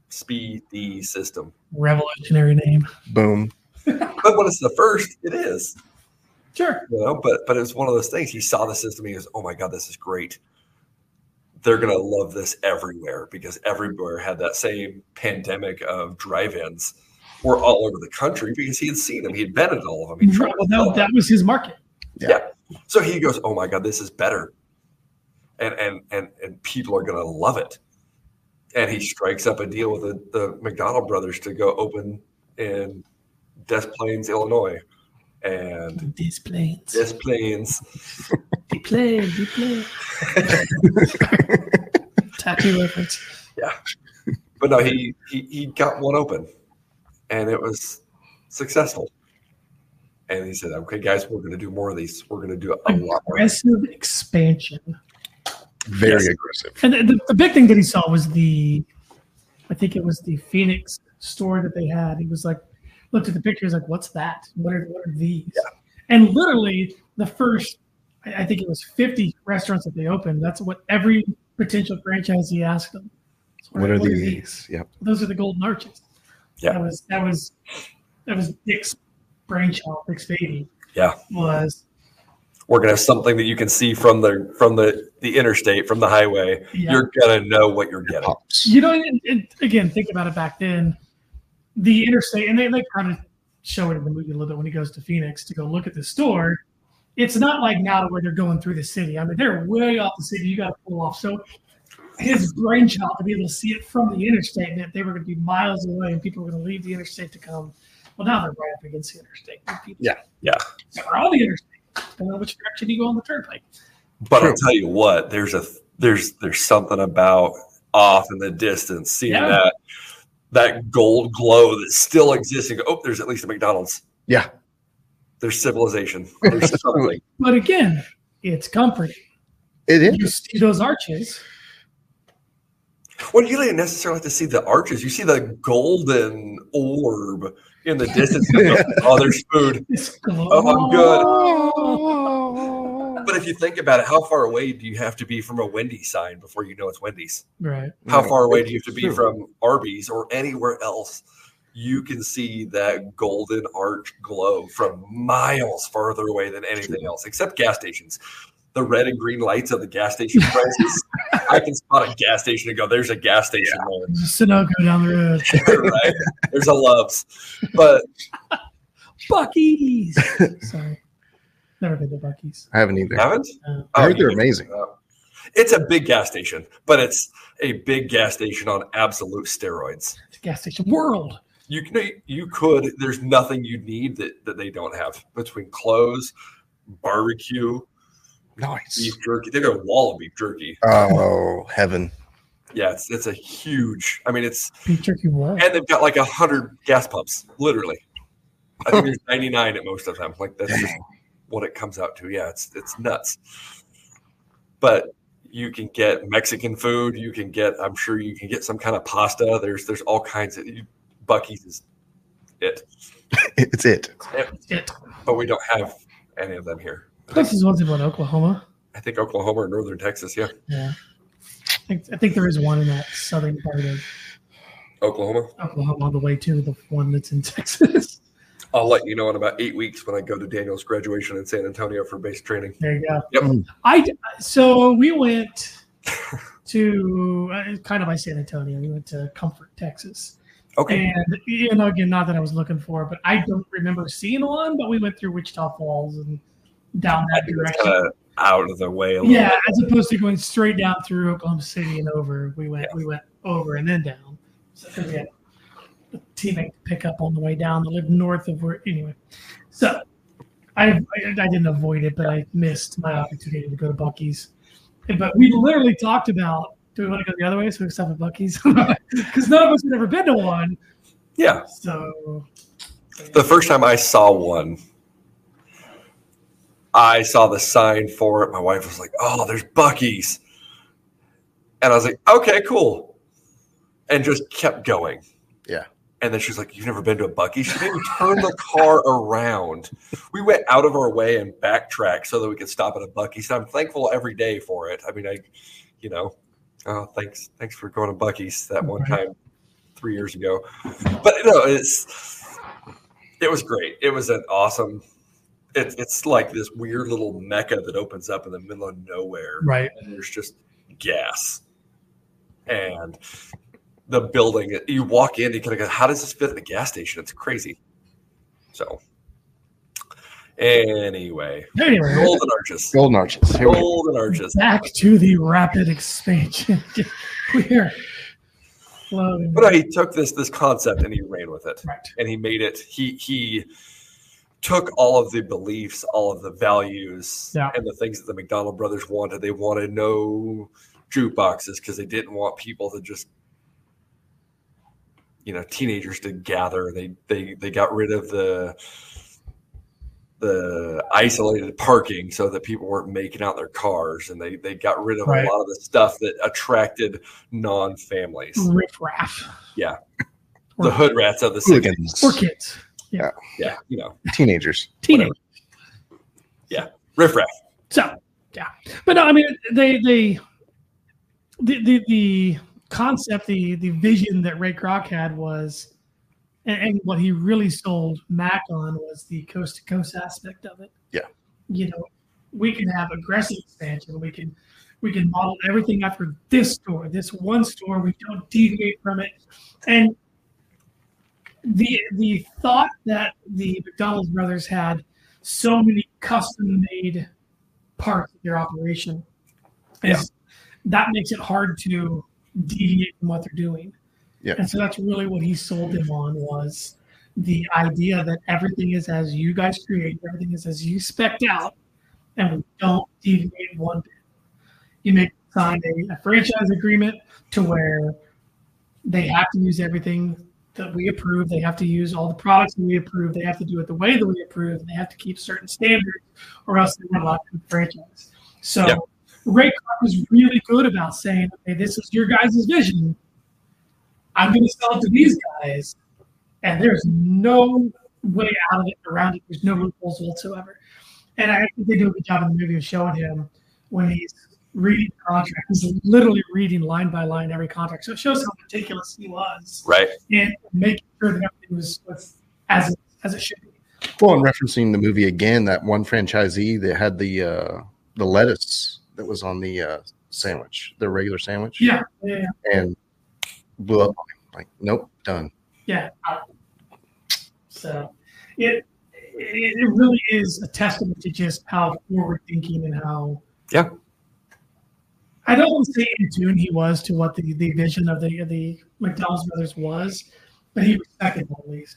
Speaker 6: Speedy system.
Speaker 1: Revolutionary name.
Speaker 3: Boom.
Speaker 6: But when it's the first, it is.
Speaker 1: Sure.
Speaker 6: you know but but it's one of those things he saw the system he goes oh my god this is great they're gonna love this everywhere because everywhere had that same pandemic of drive-ins were all over the country because he had seen them he'd been at all of them he
Speaker 1: Well,
Speaker 6: traveled to all
Speaker 1: that,
Speaker 6: of them.
Speaker 1: that was his market.
Speaker 6: so he goes oh my god this is better and and and, and people are gonna love it and he strikes up a deal with the, the mcdonald brothers to go open in des plaines illinois and
Speaker 1: These planes.
Speaker 6: des plaines
Speaker 1: They play. They play. Tattoo reference.
Speaker 6: but no, he, he he got one open, and it was successful. And he said, "Okay, guys, we're going to do more of these. We're going to do a lot more."
Speaker 1: Aggressive expansion.
Speaker 3: Very
Speaker 6: Yes.
Speaker 3: aggressive.
Speaker 1: And the, the big thing that he saw was the, I think it was the Phoenix store that they had. He was like, looked at the picture. He's like, what's that? What are, what are these? And literally the first, I I think it was 50 restaurants that they opened. That's what every potential franchisee asked them. So
Speaker 3: What are these? Yep.
Speaker 1: Those are the golden arches.
Speaker 6: Yeah.
Speaker 1: That was that was that was Dick's brainchild, Dick's baby.
Speaker 6: Yeah.
Speaker 1: Was
Speaker 6: We're going to have something that you can see from the from the the interstate, from the highway.
Speaker 1: yeah.
Speaker 6: You're going to know what you're getting.
Speaker 3: Pops.
Speaker 1: You know, and, and again, think about it back then. The interstate, and they, they kind of show it in the movie a little bit when he goes to Phoenix to go look at the store. It's not like now where they're going through the city. I mean, they're way off the city. You got to pull off. So his brainchild to be able to see it from the interstate meant they were going to be miles away and people were going to leave the interstate to come. Well, now they're right up against the interstate. People-
Speaker 3: Yeah,
Speaker 6: yeah.
Speaker 1: So we're on the interstate. Depending on which direction you go on the turnpike.
Speaker 6: But
Speaker 3: True.
Speaker 6: I'll tell you what, there's a there's there's something about off in the distance, seeing
Speaker 1: Yeah.
Speaker 6: that that gold glow that still exists. And go, oh, there's at least a McDonald's.
Speaker 3: Yeah.
Speaker 6: There's civilization. There's something.
Speaker 1: But again, it's comforting.
Speaker 3: It
Speaker 1: You
Speaker 3: is.
Speaker 1: see those arches.
Speaker 6: Well, you don't necessarily have to see the arches. You see the golden orb in the distance. oh, there's food.
Speaker 1: It's
Speaker 6: I'm Oh, good.
Speaker 3: Oh.
Speaker 1: glow-
Speaker 6: But if you think about it, how far away do you have to be from a Wendy's sign before you know it's Wendy's?
Speaker 1: Right.
Speaker 6: How
Speaker 3: Yeah,
Speaker 6: far away do you
Speaker 3: it's
Speaker 6: have to be
Speaker 3: true.
Speaker 6: from Arby's or anywhere else? You can see that golden arch glow from miles farther away than anything else, except gas stations. The red and green lights of the gas station prices. I can spot a gas station and go, there's a gas station there.
Speaker 1: There's a Sunoco down the road.
Speaker 6: right? There's a loves, but
Speaker 1: Bucky's. Sorry. Never been to Bucky's.
Speaker 3: I haven't either.
Speaker 6: haven't.
Speaker 1: No.
Speaker 3: I heard
Speaker 6: Oh,
Speaker 3: they're
Speaker 6: you-
Speaker 3: amazing.
Speaker 6: oh. It's a big gas station, but it's a big gas station on absolute steroids.
Speaker 1: It's a gas station. World.
Speaker 6: You can, you could. There's nothing you need that that they don't have between clothes, barbecue,
Speaker 3: Nice.
Speaker 6: beef jerky. They got a wall of beef jerky.
Speaker 3: Oh heaven.
Speaker 6: Yeah, it's it's a huge. I mean, it's
Speaker 1: Beef jerky world.
Speaker 6: and they've got like a hundred gas pumps, literally. I think there's 99 at most of them. Like that's just what it comes out to. Yeah, it's it's nuts. But you can get Mexican food. You can get. I'm sure you can get some kind of pasta. There's there's all kinds of. You, Bucky's is it,
Speaker 3: It's it.
Speaker 1: That's it.
Speaker 6: but we don't have any of them here.
Speaker 1: Closest one's in what, Oklahoma?
Speaker 6: I think Oklahoma or Northern Texas. Yeah,
Speaker 1: Yeah. I think, I think there is one in that southern part of
Speaker 6: Oklahoma.
Speaker 1: Oklahoma on the way to the one that's in Texas.
Speaker 6: I'll let you know in about eight weeks when I go to Daniel's graduation in San Antonio for base training.
Speaker 1: There you go.
Speaker 6: Yep.
Speaker 1: I so we went to uh, kind of by San Antonio. We went to Comfort, Texas,
Speaker 6: Okay.
Speaker 1: and you know, again, not that I was looking for, but I don't remember seeing one. But we went through Wichita Falls and down
Speaker 6: I
Speaker 1: that
Speaker 6: think it's
Speaker 1: direction.
Speaker 6: kind of out of the way a little
Speaker 1: yeah, as opposed to going straight down through Oklahoma City and over. We went
Speaker 6: Yeah.
Speaker 1: we went over and then down. So 'cause we had a teammate to pick up on the way down that lived north of where anyway. So I I, I didn't avoid it, but I missed my opportunity to go to Bucky's. And- But we literally talked about do we want to go the other way so we can stop at Bucky's? Because none of us had ever been to one.
Speaker 6: Yeah.
Speaker 1: So
Speaker 6: The first time I saw one, I saw the sign for it. My wife was like, "Oh, there's Bucky's," and I was like, "Okay, cool," and just kept going.
Speaker 3: Yeah.
Speaker 6: And then she's like, "You've never been to a Bucky's?" She made me turn the car around. We went out of our way and backtracked so that we could stop at a Bucky's. And I'm thankful every day for it. I mean, I, you know, oh, thanks, thanks for going to Bucky's that one
Speaker 1: Right.
Speaker 6: time three years ago. But no, it's it was great. It was an awesome. It's it's like this weird little mecca that opens up in the middle of nowhere,
Speaker 1: right.
Speaker 6: and there's just gas, and the building. You walk in, you kind of go, "How does this fit in a gas station?" It's crazy. So, anyway,
Speaker 1: Anyway,
Speaker 6: golden arches,
Speaker 3: Golden arches. Here we go.
Speaker 6: golden arches.
Speaker 1: back to the rapid expansion. We're floating.
Speaker 6: But no, he took this this concept and he ran with it.
Speaker 1: Right.
Speaker 6: and he made it he he took all of the beliefs all of the values
Speaker 1: Yeah.
Speaker 6: and the things that the mcdonald brothers wanted they wanted no jukeboxes because they didn't want people to just you know teenagers to gather they they they got rid of the the isolated parking so that people weren't making out in their cars and they they got rid of
Speaker 1: Right.
Speaker 6: a lot of the stuff that attracted non-families
Speaker 1: riffraff.
Speaker 6: Yeah.
Speaker 1: Or,
Speaker 6: the hood rats of the city
Speaker 3: Hooligans.
Speaker 1: or kids.
Speaker 6: yeah you know
Speaker 3: Teenagers.
Speaker 1: Teenagers.
Speaker 6: riff raff
Speaker 1: So yeah. But no, I mean they they the the, the concept, the the vision that Ray Kroc had was and, and what he really sold Mac on was the coast to coast aspect of it.
Speaker 3: Yeah.
Speaker 1: You know, we can have aggressive expansion. We can we can model everything after this store, this one store. We don't deviate from it. And the the thought that the McDonald's brothers had so many custom made parts of their operation is that makes it hard to deviate from what they're doing.
Speaker 3: Yeah.
Speaker 1: And so that's really what he sold them on was the idea that everything is as you guys create, everything is as you spec out, and we don't deviate one bit. You make sign a, a franchise agreement to where they have to use everything. that we approve. They have to use all the products that we approve. They have to do it the way that we approve, and they have to keep certain standards, or else they're not allowed to be franchised. So
Speaker 6: Yeah.
Speaker 1: Ray Kroc was really good about saying, "Okay, this is your guys' vision. I'm going to sell it to these guys, and there's no way out of it around it. There's no loopholes whatsoever." And I think they do a good job in the movie of showing him when he's reading the contract. He's literally reading line by line every contract. So it shows how meticulous he was
Speaker 6: Right.
Speaker 1: and making sure that everything was, was as it, as it should be.
Speaker 3: Well, and referencing the movie again, that one franchisee that had the uh, the lettuce that was on the uh, sandwich, the regular sandwich,
Speaker 1: Yeah, yeah,
Speaker 3: and blew up. on him. Like, nope, done.
Speaker 1: yeah. So it it it really is a testament to just how forward thinking and how
Speaker 6: Yeah.
Speaker 1: I don't want to say in tune he was to what the, the vision of the of the McDonald's brothers was, but he respected that at least.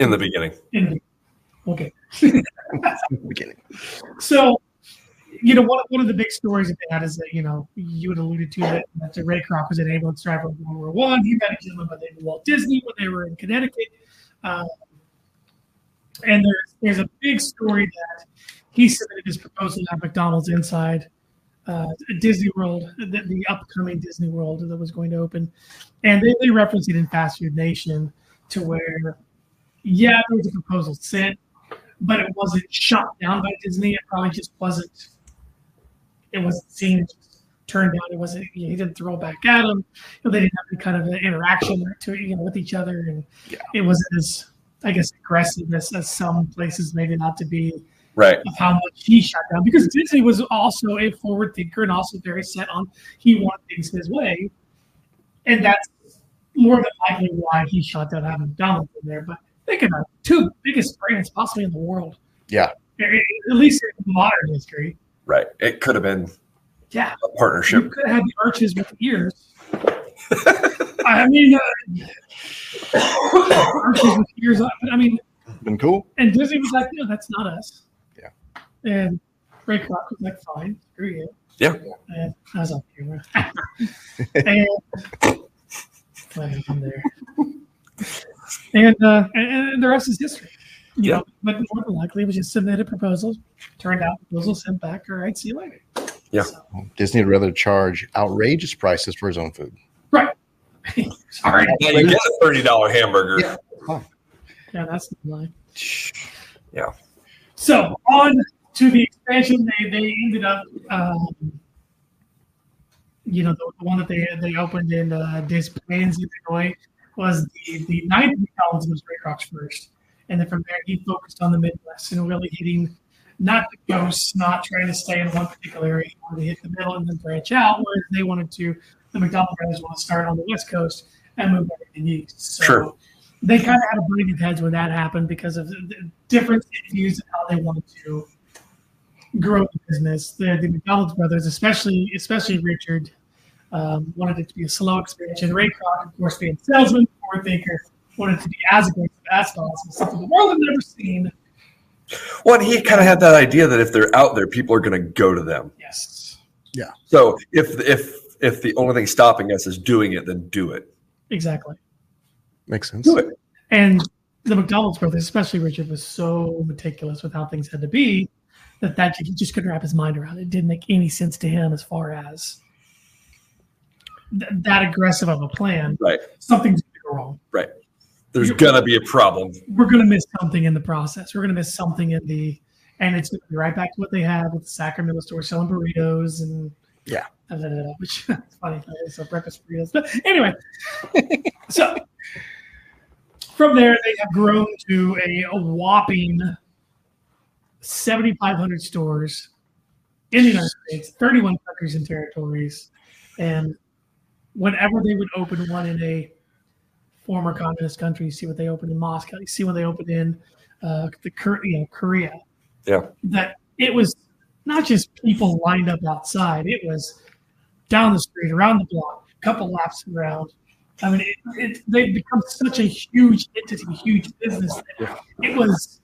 Speaker 6: In the beginning.
Speaker 1: In the, okay.
Speaker 3: Beginning.
Speaker 1: So, you know, one, one of the big stories of that is that, you know, you had alluded to that, that Ray Kroc was an ambulance driver in World War One. He met a gentleman by the name of Walt Disney when they were in Connecticut. Um, and there's, there's a big story that he submitted his proposal at McDonald's inside uh, Disney World, the, the upcoming Disney World that was going to open. And they, they referenced it in Fast Food Nation to where, yeah, there was a proposal sent, but it wasn't shot down by Disney. It probably just wasn't. It wasn't seen. It just turned down. It wasn't. You know, he didn't throw it back at him. You know, they didn't have any kind of an interaction to you know with each other, and it wasn't as I guess aggressive as, as some places made it out to be
Speaker 6: Right.
Speaker 1: of how much he shot down because Disney was also a forward thinker and also very set on he wanted things his way, and that's more than likely why he shot down having Donald in there. But think about it, two biggest brands possibly in the world.
Speaker 3: Yeah.
Speaker 1: at at least in modern history.
Speaker 6: Right. It could have been
Speaker 1: Yeah,
Speaker 6: a
Speaker 1: you
Speaker 6: partnership.
Speaker 1: could have the arches with ears. I mean, uh, arches with ears. I- I mean,
Speaker 3: Been cool.
Speaker 1: and Disney was like, no, that's not us.
Speaker 3: Yeah.
Speaker 1: And Ray Kroc was like, fine, screw you.
Speaker 6: Yeah.
Speaker 1: And I was on camera. and Fine, I'm there. And, uh, and and the rest is history. You
Speaker 6: Yeah.
Speaker 1: know, but more than likely, it was just submitted proposals, turned out proposal sent back. All right, see you later.
Speaker 6: Yeah.
Speaker 1: So,
Speaker 3: Disney would rather charge outrageous prices for his own food.
Speaker 1: sorry.
Speaker 6: Yeah, you get a thirty dollar hamburger.
Speaker 3: Yeah.
Speaker 1: Yeah, that's the line.
Speaker 6: Yeah.
Speaker 1: So on to the expansion, they they ended up, um, you know, the, the one that they they opened in uh, Des Plaines, Illinois, was the the ninth McDonald's was Red Rocks first, and then from there he focused on the Midwest and really hitting not the coast, not trying to stay in one particular area, he wanted to hit the middle and then branch out. Whereas they wanted to, the McDonald brothers want to start on the West Coast and move everything east. So
Speaker 6: Sure.
Speaker 1: they kind of had a breaking heads when that happened because of the the difference in views and how they wanted to grow the business. The, the McDonald's brothers, especially especially Richard, um, wanted it to be a slow expansion. Ray Kroc, of course, being a salesman, forward thinker, wanted it to be as aggressive as possible, something the world had never seen.
Speaker 6: Well, and he kind of had that idea that if they're out there, people are going to go to them.
Speaker 1: Yes,
Speaker 6: So if if if the only thing stopping us is doing it, then do it.
Speaker 1: exactly.
Speaker 3: Makes sense.
Speaker 6: Do it.
Speaker 1: And the McDonald's brothers, especially Richard, was so meticulous with how things had to be that that he just couldn't wrap his mind around. It didn't make any sense to him as far as th- that aggressive of a plan.
Speaker 6: Right.
Speaker 1: Something's going to go wrong.
Speaker 6: There's gonna be a problem.
Speaker 1: We're going to miss something in the process. We're going to miss something in the, and it's going to be right back to what they have with the Sacramento store selling burritos and
Speaker 3: Yeah.
Speaker 1: da, da, da, da, which it's funny. So breakfast burritos. But anyway, so from there they have grown to a, a whopping 7,500 stores in the United States, 31 countries and territories, and whenever they would open one in a former communist country, you see what they opened in Moscow, you see what they opened in uh, the Kor- you know, Korea.
Speaker 6: Yeah.
Speaker 1: That it was not just people lined up outside; it was down the street, around the block, a couple laps around. I mean, it, it, they've become such a huge entity, huge business. That it was.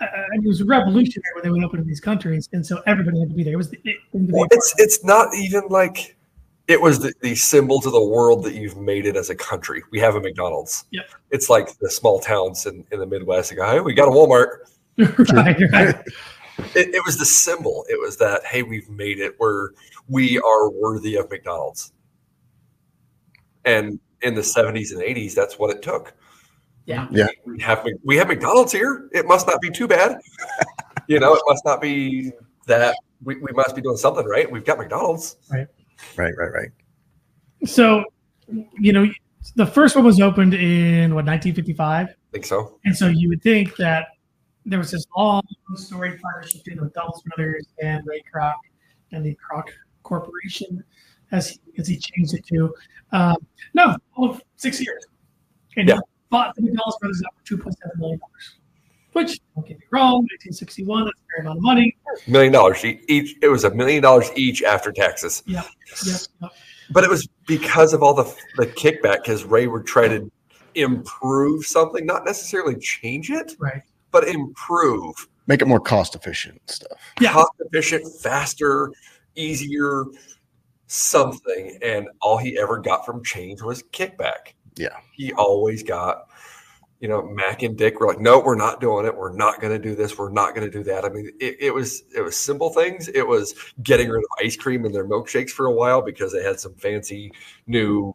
Speaker 1: Uh, it was revolutionary when they went open in these countries, and so everybody had to be there. It was the it,
Speaker 6: Well, it's it's not even like it was the, the symbol to the world that you've made it as a country. We have a McDonald's.
Speaker 1: Yep.
Speaker 6: It's like the small towns in, in the Midwest. They go, hey, we got a Walmart.
Speaker 1: right, right.
Speaker 6: It, it was the symbol. It was that, hey, we've made it. We're we are worthy of McDonald's. And in the 70s and 80s, that's what it took.
Speaker 1: Yeah.
Speaker 3: Yeah.
Speaker 6: We have Mc- we have McDonald's here. It must not be too bad. you know, it must not be that we, we must be doing something right. We've got McDonald's.
Speaker 3: Right, right, right.
Speaker 1: So, you know, the first one was opened in what 1955.
Speaker 6: I think so.
Speaker 1: And so you would think that there was this long story partnership between the Dulles Brothers and Ray Kroc and the Kroc Corporation, as he, as he changed it to. Um, no, all of six years. And
Speaker 6: Yeah.
Speaker 1: he bought the Dulles Brothers out for $2.7 million, which, don't get me wrong, 1961, that's a fair amount of money.
Speaker 6: Million dollars e- each. It was a million dollars each after taxes.
Speaker 1: Yep, yep.
Speaker 6: But it was because of all the the kickback because Ray would try to improve something, not necessarily change it,
Speaker 1: Right.
Speaker 6: but improve.
Speaker 3: Make it more cost efficient and stuff.
Speaker 1: Yeah.
Speaker 6: cost efficient, faster, easier, something. And all he ever got from change was kickback.
Speaker 3: Yeah.
Speaker 6: He always got, you know, Mac and Dick were like, no, we're not doing it. We're not going to do this. We're not going to do that. I mean, it, it was it was simple things. It was getting rid of ice cream in their milkshakes for a while because they had some fancy new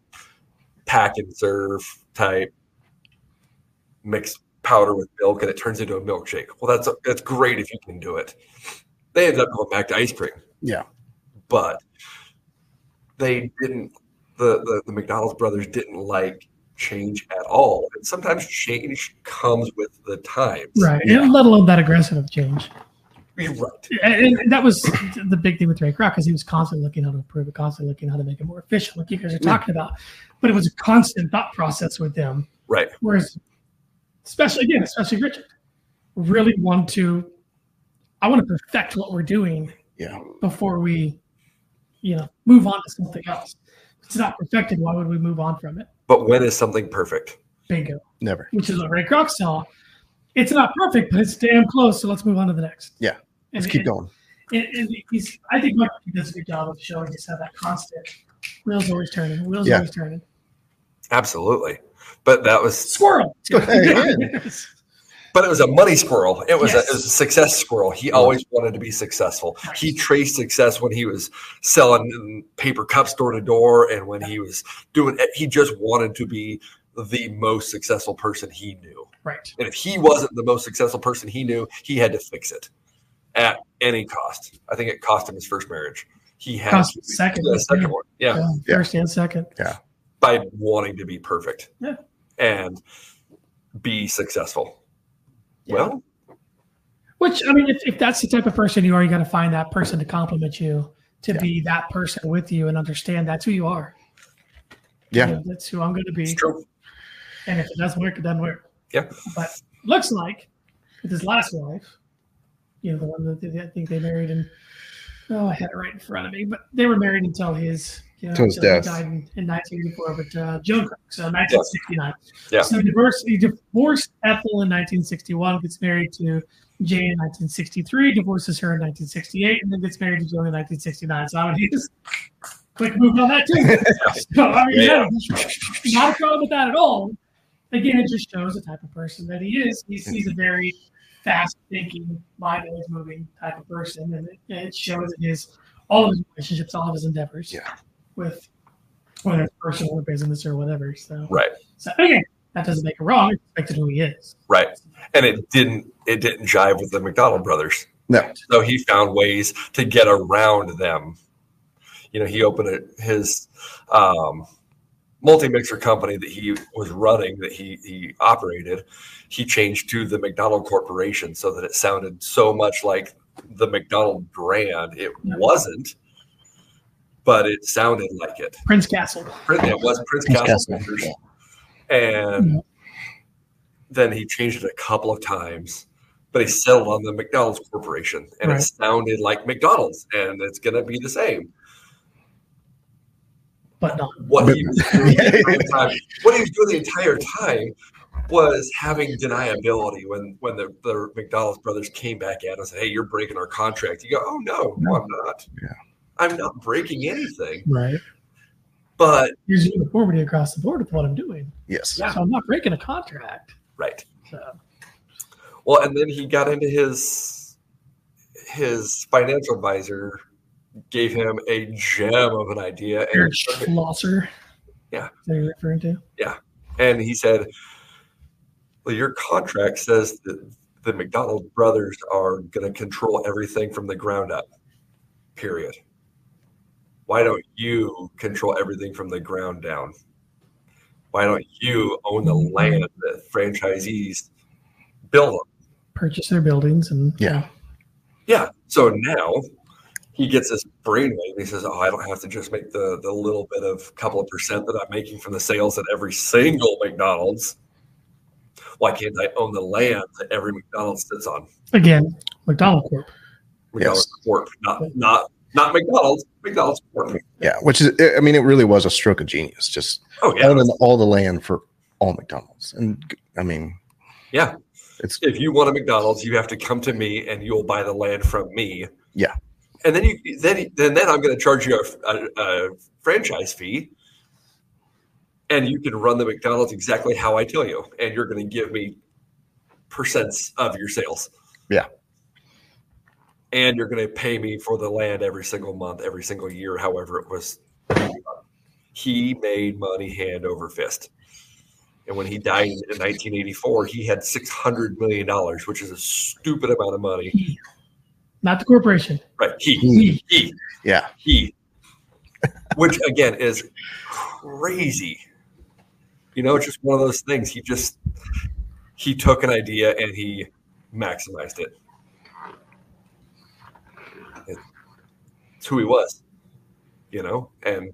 Speaker 6: pack and serve type mixed powder with milk and it turns into a milkshake. Well, that's that's great if you can do it. They ended up going back to ice cream.
Speaker 3: Yeah.
Speaker 6: But they didn't the, the, the McDonald's brothers didn't like change at all. And sometimes change comes with the times.
Speaker 1: Right. And let alone that aggressive of change.
Speaker 6: You're right.
Speaker 1: And, and that was the big thing with Ray Kroc because he was constantly looking how to improve it, constantly looking how to make it more efficient, like you
Speaker 3: Hmm.
Speaker 1: guys are talking about. But it was a constant thought process with them.
Speaker 6: Right.
Speaker 1: Whereas, especially again, especially Richard, really want to, I want to perfect what we're doing
Speaker 3: Yeah.
Speaker 1: before we, you know, move on to something else. If it's not perfected. Why would we move on from it?
Speaker 6: But when is something perfect?
Speaker 1: Bingo,
Speaker 3: Never.
Speaker 1: which is what Ray Kroc saw. It's not perfect, but it's damn close. So let's move on to the next.
Speaker 3: Yeah.
Speaker 1: And-
Speaker 3: Let's keep
Speaker 1: and-
Speaker 3: going.
Speaker 1: and, and he's, I think Michael Keaton does a good job of showing just how that constant wheels always turning, wheels
Speaker 3: Yeah.
Speaker 1: always turning.
Speaker 6: Absolutely. But that was
Speaker 1: Squirrel.
Speaker 3: Hey, man.
Speaker 6: but it was a money squirrel. It was,
Speaker 1: Yes.
Speaker 6: a, it was a success squirrel. He always wanted to be successful. He traced success when he was selling paper cups door to door, and when he was doing. He just wanted to be the most successful person he knew.
Speaker 1: right.
Speaker 6: And if he wasn't the most successful person he knew, he had to fix it at any cost. I think it cost him his first marriage. He had
Speaker 1: Cost
Speaker 6: to-
Speaker 1: his second.
Speaker 6: the second one. Yeah
Speaker 1: Yeah,
Speaker 3: Yeah.
Speaker 1: First and second.
Speaker 6: by wanting to be perfect
Speaker 1: Yeah.
Speaker 6: and be successful.
Speaker 1: Yeah.
Speaker 6: Well,
Speaker 1: Which I mean, if, if that's the type of person you are, you got to find that person to compliment you, to
Speaker 3: Yeah.
Speaker 1: be that person with you, and understand that's who you are.
Speaker 3: Yeah.
Speaker 1: You know, that's who I'm going to be.
Speaker 6: it's true.
Speaker 1: And if it doesn't work, it doesn't work.
Speaker 6: Yeah.
Speaker 1: But looks like with his last wife, you know, the one that they, I think they married in, oh, I had it right in front of me, but they were married until his, you know,
Speaker 3: Till his
Speaker 1: until he
Speaker 3: death.
Speaker 1: died in, in 1984, but uh, Joan Cook, so 1969.
Speaker 6: Yeah.
Speaker 1: So he divorced, he divorced Ethel in 1961, gets married to Jay in 1963, divorces her in 1968, and then gets married to Joan in 1969. So I mean, he just quick move on that too. so, I mean,
Speaker 6: Yeah.
Speaker 1: yeah, not a problem with that at all. Again, it just shows the type of person that he is. He's, he's a very fast thinking, mind always moving type of person, and it, it shows in his all of his relationships, all of his endeavors.
Speaker 3: Yeah.
Speaker 1: With whether it's personal or business or whatever. So
Speaker 6: Right.
Speaker 1: So again, that doesn't make it wrong. It's affected who he is.
Speaker 6: Right. And it didn't it didn't jive with the McDonald brothers.
Speaker 3: No.
Speaker 6: So he found ways to get around them. You know, he opened a, his um, multi mixer company that he was running, that he, he operated. He changed to the McDonald Corporation so that it sounded so much like the McDonald brand. It
Speaker 1: Yeah.
Speaker 6: wasn't, but it sounded like it.
Speaker 1: Prince Castle.
Speaker 6: It was Prince,
Speaker 3: Prince
Speaker 6: Castle,
Speaker 3: Castle,
Speaker 6: Pictures.
Speaker 3: yeah.
Speaker 6: And
Speaker 1: Yeah.
Speaker 6: then he changed it a couple of times, but he settled on the McDonald's Corporation and
Speaker 1: Right.
Speaker 6: it sounded like McDonald's and it's going to be the same.
Speaker 1: But not
Speaker 6: What he, was doing the entire time, what he was doing the entire time was having deniability when, when the, the McDonald's brothers came back at us and said, hey, you're breaking our contract. You go, oh, no, no I'm not.
Speaker 3: Yeah.
Speaker 6: I'm not breaking anything.
Speaker 1: right.
Speaker 6: But
Speaker 1: There's uniformity across the board with what I'm doing.
Speaker 3: Yes.
Speaker 6: Yeah.
Speaker 1: So I'm not breaking a contract.
Speaker 6: right.
Speaker 1: So
Speaker 6: Well, and then he got into his his financial advisor gave him a gem of an idea
Speaker 1: Eric
Speaker 6: and
Speaker 1: Schlosser.
Speaker 6: Yeah.
Speaker 1: Is that you're referring to?
Speaker 6: and he said, "Well, your contract says that the McDonald brothers are going to control everything from the ground up. Period. Why don't you control everything from the ground down? Why don't you own the land that franchisees build on?"
Speaker 1: Purchase their buildings and
Speaker 3: Yeah.
Speaker 6: Yeah. So now he gets this brainwave. He says, "Oh, I don't have to just make the the little bit of couple of percent that I'm making from the sales at every single McDonald's. Why can't I own the land that every McDonald's sits on?
Speaker 1: Again, McDonald Corp.
Speaker 6: McDonald's Corp, not not not McDonald's. McDonald's Corp.
Speaker 3: Yeah. Which is, I mean, it really was a stroke of genius. Just
Speaker 6: Oh yeah.
Speaker 3: owning all the land for all McDonald's. And I mean,
Speaker 6: Yeah.
Speaker 3: It's
Speaker 6: if you want a McDonald's, you have to come to me, and you'll buy the land from me.
Speaker 3: Yeah.
Speaker 6: And then you then then then I'm going to charge you a, a, a franchise fee, and you can run the McDonald's exactly how I tell you, and you're going to give me percents of your sales.
Speaker 3: Yeah.
Speaker 6: And you're going to pay me for the land every single month, every single year, however it was. He made money hand over fist. And when he died in 1984, he had 600 million dollars, which is a stupid amount of money.
Speaker 1: Not the corporation.
Speaker 6: Right? He,
Speaker 3: he-
Speaker 1: He.
Speaker 6: he,
Speaker 3: yeah.
Speaker 6: he, E, which again is crazy. You know, it's just one of those things. He just he took an idea and he maximized it. It's who he was, you know, and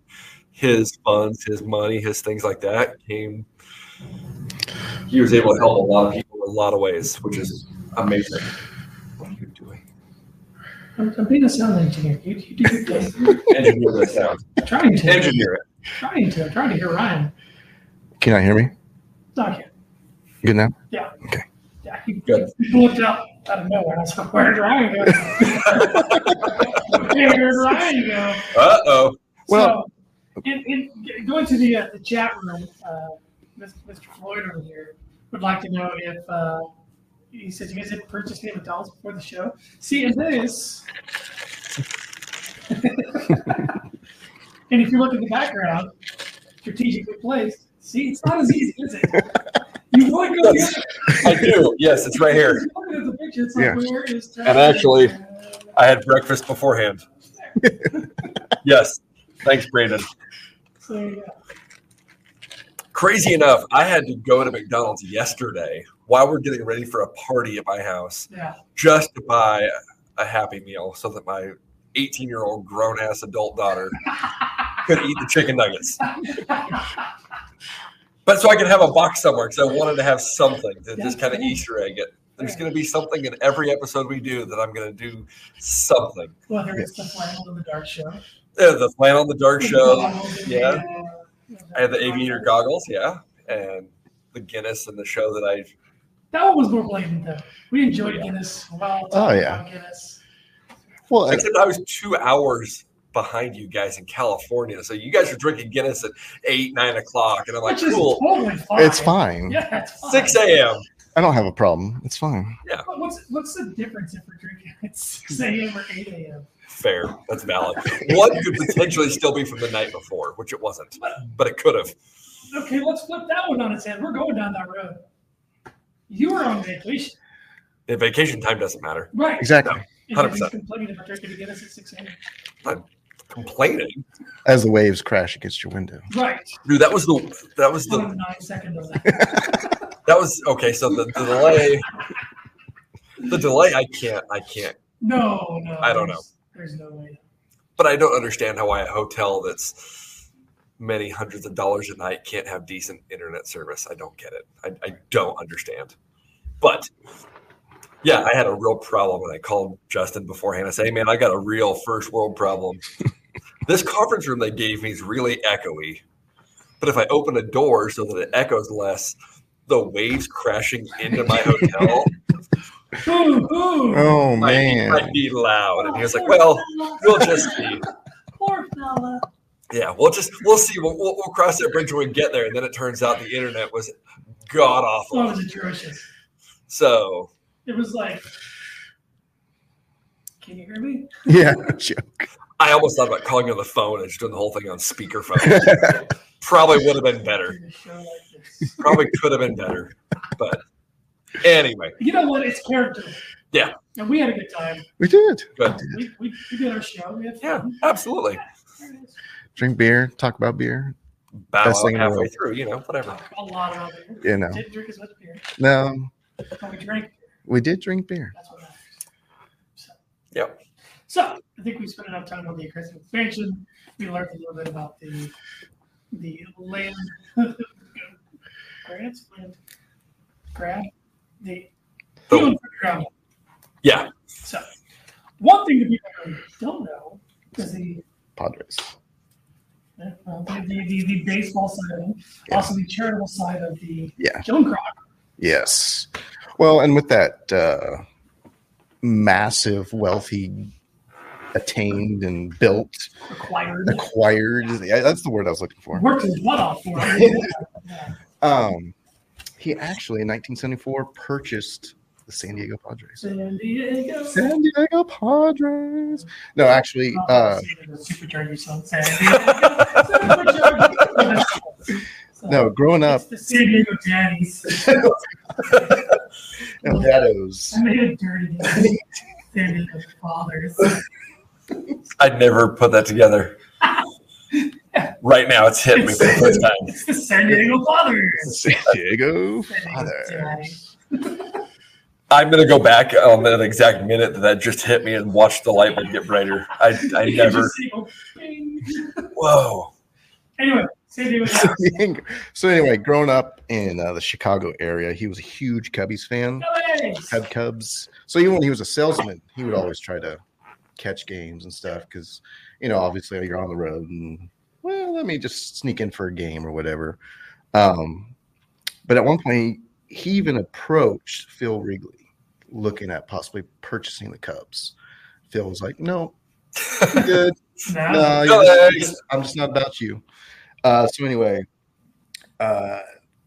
Speaker 6: his funds, his money, his things like that came. He was able to help a lot of people in a lot of ways, which is amazing. What are you doing?
Speaker 1: I'm, I'm being a sound engineer. You, you do your thing.
Speaker 6: Engineer that sound.
Speaker 1: I'm trying to.
Speaker 6: Engineer it.
Speaker 1: I'm trying to. I'm trying to hear Ryan.
Speaker 3: Can you not hear me?
Speaker 1: Not yet.
Speaker 3: Good now?
Speaker 1: Yeah, he,
Speaker 6: Good.
Speaker 1: he looked up out of nowhere. and I was like, where did Ryan go? Hey, where did Ryan go?
Speaker 6: Uh oh.
Speaker 3: Well-
Speaker 1: so, in, in, going to the, uh, the chat room, uh, Mis- Mr. Floyd over here would like to know if uh, he said you guys had purchased any McDonald's before the show. See, and this. and if you look at the background, strategically placed. See, it's not as easy, is it? You want to go the other
Speaker 6: I do. Yes, it's right here.
Speaker 1: Look at the picture. It's like,
Speaker 3: Yeah.
Speaker 1: where is
Speaker 6: And actually- I had breakfast beforehand. yes. Thanks, Brandon.
Speaker 1: So, yeah.
Speaker 6: Crazy enough, I had to go to McDonald's yesterday while we're getting ready for a party at my house
Speaker 1: yeah.
Speaker 6: just to buy a Happy Meal so that my 18 year old grown ass adult daughter could eat the chicken nuggets. But so I could have a box somewhere because I wanted to have something to just kind of Easter egg it. There's going to be something in every episode we do that I'm going to do something.
Speaker 1: Well, there is the flannel in the dark show.
Speaker 6: Uh, the flannel on the dark show. yeah. I
Speaker 1: And
Speaker 6: had the aviator goggles, yeah, and the Guinness and the show that I.
Speaker 1: That one was more blatant, though. We enjoyed
Speaker 6: Yeah.
Speaker 1: Guinness. Well,
Speaker 3: Oh, yeah.
Speaker 1: Guinness.
Speaker 3: Well, I-
Speaker 6: Except I was two hours behind you guys in California, so you guys are drinking Guinness at eight, nine o'clock, and I'm like,
Speaker 1: Which is
Speaker 6: cool,
Speaker 1: totally fine.
Speaker 3: it's fine.
Speaker 1: Yeah, it's fine.
Speaker 6: six a.m.
Speaker 3: I don't have a problem. It's fine.
Speaker 1: But What's, what's the difference if we're drinking at 6 a.m. or 8 a.m.?
Speaker 6: Fair, that's valid. One could potentially still be from the night before, which it wasn't, but it could have.
Speaker 1: Okay, let's flip that one on its head. We're going down that road. You were on vacation.
Speaker 6: The vacation time doesn't matter.
Speaker 1: Right.
Speaker 3: Exactly.
Speaker 1: And
Speaker 6: 100%.
Speaker 1: you're Complaining about drinking to get us at 6 a.m.
Speaker 6: Complaining,
Speaker 3: As the waves crash against your window.
Speaker 1: Right.
Speaker 6: dude. That was the that was
Speaker 1: One
Speaker 6: the
Speaker 1: nine second on that.
Speaker 6: that was okay. So the, the delay, the delay. I can't. I can't
Speaker 1: No, no.
Speaker 6: I don't
Speaker 1: there's- There's no way.
Speaker 6: but I don't understand how why a hotel that's many hundreds of dollars a night can't have decent internet service. I don't get it. I, I don't understand. But yeah, I had a real problem when I called Justin beforehand. I said, hey, man, I got a real first world problem. this conference room they gave me is really echoey. But if I open a door so that it echoes less, the waves crashing into my hotel
Speaker 1: Boom, boom.
Speaker 3: Oh,
Speaker 6: might,
Speaker 3: man.
Speaker 6: might be loud. And he was like, well, you'll just see.
Speaker 1: Poor fella.
Speaker 6: Yeah, we'll just we'll see. We'll, we'll, we'll cross that bridge when we get there. And then it turns out the internet was god
Speaker 1: Oh, it
Speaker 6: awful.
Speaker 1: was atrocious.
Speaker 6: So
Speaker 1: It was like, can you hear me?
Speaker 3: Yeah, joke.
Speaker 6: I almost thought about calling on the phone and just doing the whole thing on speakerphone. Probably would have been better.
Speaker 1: Doing a show like this.
Speaker 6: Probably could have been better. But anyway,
Speaker 1: You know what? It's character.
Speaker 6: Yeah.
Speaker 1: And we had a good time.
Speaker 3: We did
Speaker 6: good.
Speaker 1: We, we, we did our show. We had
Speaker 6: Yeah,
Speaker 1: fun.
Speaker 6: absolutely.
Speaker 1: There it is.
Speaker 3: drink beer, talk about beer.
Speaker 6: Bow
Speaker 3: Best
Speaker 6: out
Speaker 3: thing in the
Speaker 6: halfway
Speaker 3: world.
Speaker 6: through, you know, whatever.
Speaker 1: A lot of it.
Speaker 3: You know,
Speaker 1: Didn't drink as much beer.
Speaker 3: no,
Speaker 1: But we drank.
Speaker 3: we did drink beer.
Speaker 1: That's what matters. So.
Speaker 6: Yep.
Speaker 1: So I think we spent enough time on the aggressive expansion. We learned a little bit about the the land grants, land grab, the
Speaker 6: The-
Speaker 1: healing for ground.
Speaker 6: Yeah.
Speaker 1: So one thing that people don't know is the
Speaker 3: Padres.
Speaker 1: uh, the, the, the baseball side of it,
Speaker 3: Yeah.
Speaker 1: also the charitable side of the
Speaker 3: Yeah.
Speaker 1: Joan Croc.
Speaker 3: Yes. Well, and with that uh, massive wealth he attained and built,
Speaker 1: acquired.
Speaker 3: acquired, yeah, that's the word I was looking for.
Speaker 1: Worked his butt off for it. Yeah.
Speaker 3: Um, he actually in 1974 purchased the San Diego Padres.
Speaker 1: San Diego.
Speaker 3: San Diego Padres. No, actually, uh,
Speaker 1: Supercharger song. San Diego. Supercharger. So,
Speaker 3: no. Growing up,
Speaker 1: It's the San Diego Daddies.
Speaker 3: no, Dados.
Speaker 1: I made it dirty. San Diego Fathers.
Speaker 6: I'd never put that together. Right now, it's hit me for the first time.
Speaker 1: It's the San Diego Fathers.
Speaker 3: San Diego
Speaker 1: San Diego
Speaker 3: Father.
Speaker 1: Daddies.
Speaker 6: I'm gonna go back on that exact minute that that just hit me and watch the light bulb get brighter. I, I
Speaker 1: You can
Speaker 6: never.
Speaker 1: just see, oh, bing.
Speaker 6: Whoa.
Speaker 1: Anyway, San Diego Daddies.
Speaker 3: so anyway, growing up in uh, the Chicago area, he was a huge Cubbies fan. Had Cubs. So even when he was a salesman, he would always try to catch games and stuff because you know obviously you're on the road and well let me just sneak in for a game or whatever. Um, but at one point, he even approached Phil Wrigley looking at possibly purchasing the Cubs. Phil was like, "No, I'm good.
Speaker 1: No.
Speaker 3: No,
Speaker 6: No,
Speaker 3: you're-
Speaker 6: no,
Speaker 3: you're
Speaker 6: no.
Speaker 3: just- I'm just not about you. Uh, so anyway, uh,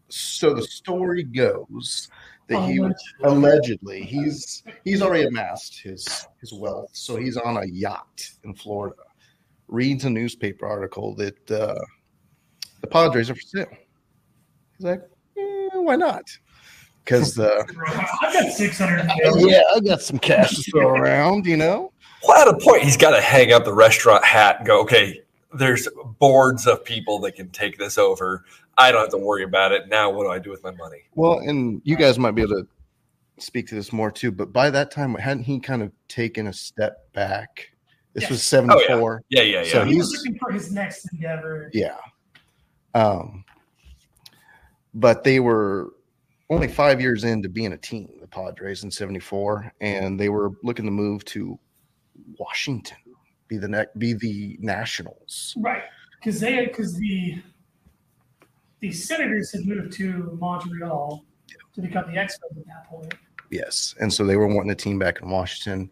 Speaker 3: so the story goes that he
Speaker 1: Oh,
Speaker 3: was allegedly he's he's already amassed his his wealth, so he's on a yacht in Florida. Reads a newspaper article that uh, the Padres are for sale. He's like, "Eh, why not? Because uh,
Speaker 1: I've got 600.
Speaker 3: yeah, I got some cash to throw around, you know.
Speaker 6: Well, at a point, he's got to hang up the restaurant hat and go, okay, there's boards of people that can take this over. I don't have to worry about it. Now, what do I do with my money?
Speaker 3: Well, and you guys might be able to speak to this more too, but by that time, hadn't he kind of taken a step back? This was 74.
Speaker 6: Yeah, yeah, yeah.
Speaker 3: So
Speaker 1: He was
Speaker 3: he's-
Speaker 1: looking for his next endeavor.
Speaker 3: yeah. Um, but they were only five years into being a team, the Padres in 74, and they were looking to move to Washington, be the ne- be the Nationals.
Speaker 1: Right, because they because the the Senators had moved to Montreal to become the Expos at that point.
Speaker 3: Yes. And so they were wanting a team back in Washington.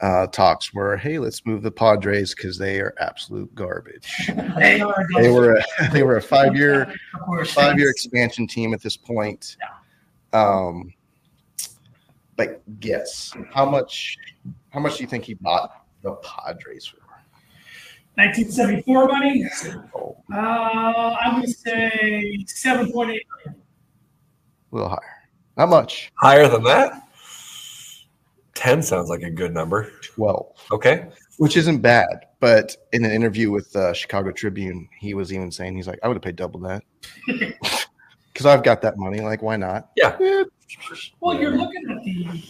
Speaker 3: Uh, talks were, hey, let's move the Padres because they are absolute garbage.
Speaker 1: They, are
Speaker 3: they were a, they were a five year five year expansion team at this point. Um, but guess how much how much do you think he bought the Padres for?
Speaker 1: 1974 money.
Speaker 3: Oh,
Speaker 1: Uh, I'm gonna say 7.8 million.
Speaker 3: a little higher. Not much.
Speaker 6: Higher than that? 10 sounds like a good number.
Speaker 3: Twelve,
Speaker 6: Okay.
Speaker 3: which isn't bad. But in an interview with uh, Chicago Tribune, he was even saying he's like, I would have paid double that because I've got that money. Like, why not?
Speaker 6: Yeah.
Speaker 3: Eh,
Speaker 1: Well, you're looking at the,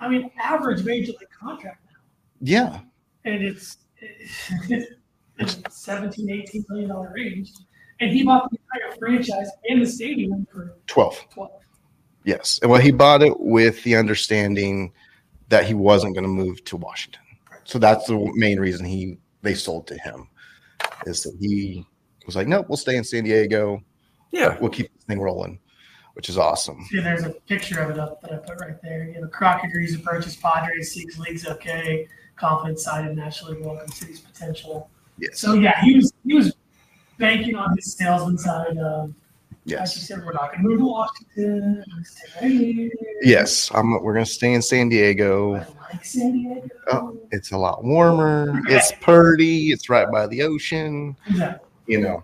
Speaker 1: I mean, average major league contract now,
Speaker 3: yeah.
Speaker 1: and it's, it's 17, 18 million dollar range, and he bought the entire franchise and the stadium for
Speaker 3: Twelve.
Speaker 1: 12.
Speaker 3: Yes. And well, he bought it with the understanding that he wasn't going to move to Washington. So that's the main reason he they sold to him is that he was like, nope, we'll stay in San Diego.
Speaker 6: Yeah.
Speaker 3: We'll keep this thing rolling, which is awesome.
Speaker 1: See, there's a picture of it up that I put right there. You know, Croc agrees to purchase Padres, seeks leagues okay, confident side in National League, welcome city's potential.
Speaker 3: Yes.
Speaker 1: So yeah, he was he was banking on his salesman side of as you
Speaker 3: Yes.
Speaker 1: said, we're not gonna move to Washington. I'm gonna stay right here.
Speaker 3: Yes. I'm, we're gonna stay in San Diego.
Speaker 1: I like San Diego.
Speaker 3: Oh. It's a lot warmer. It's purdy. It's right by the ocean.
Speaker 1: Exactly.
Speaker 3: you know.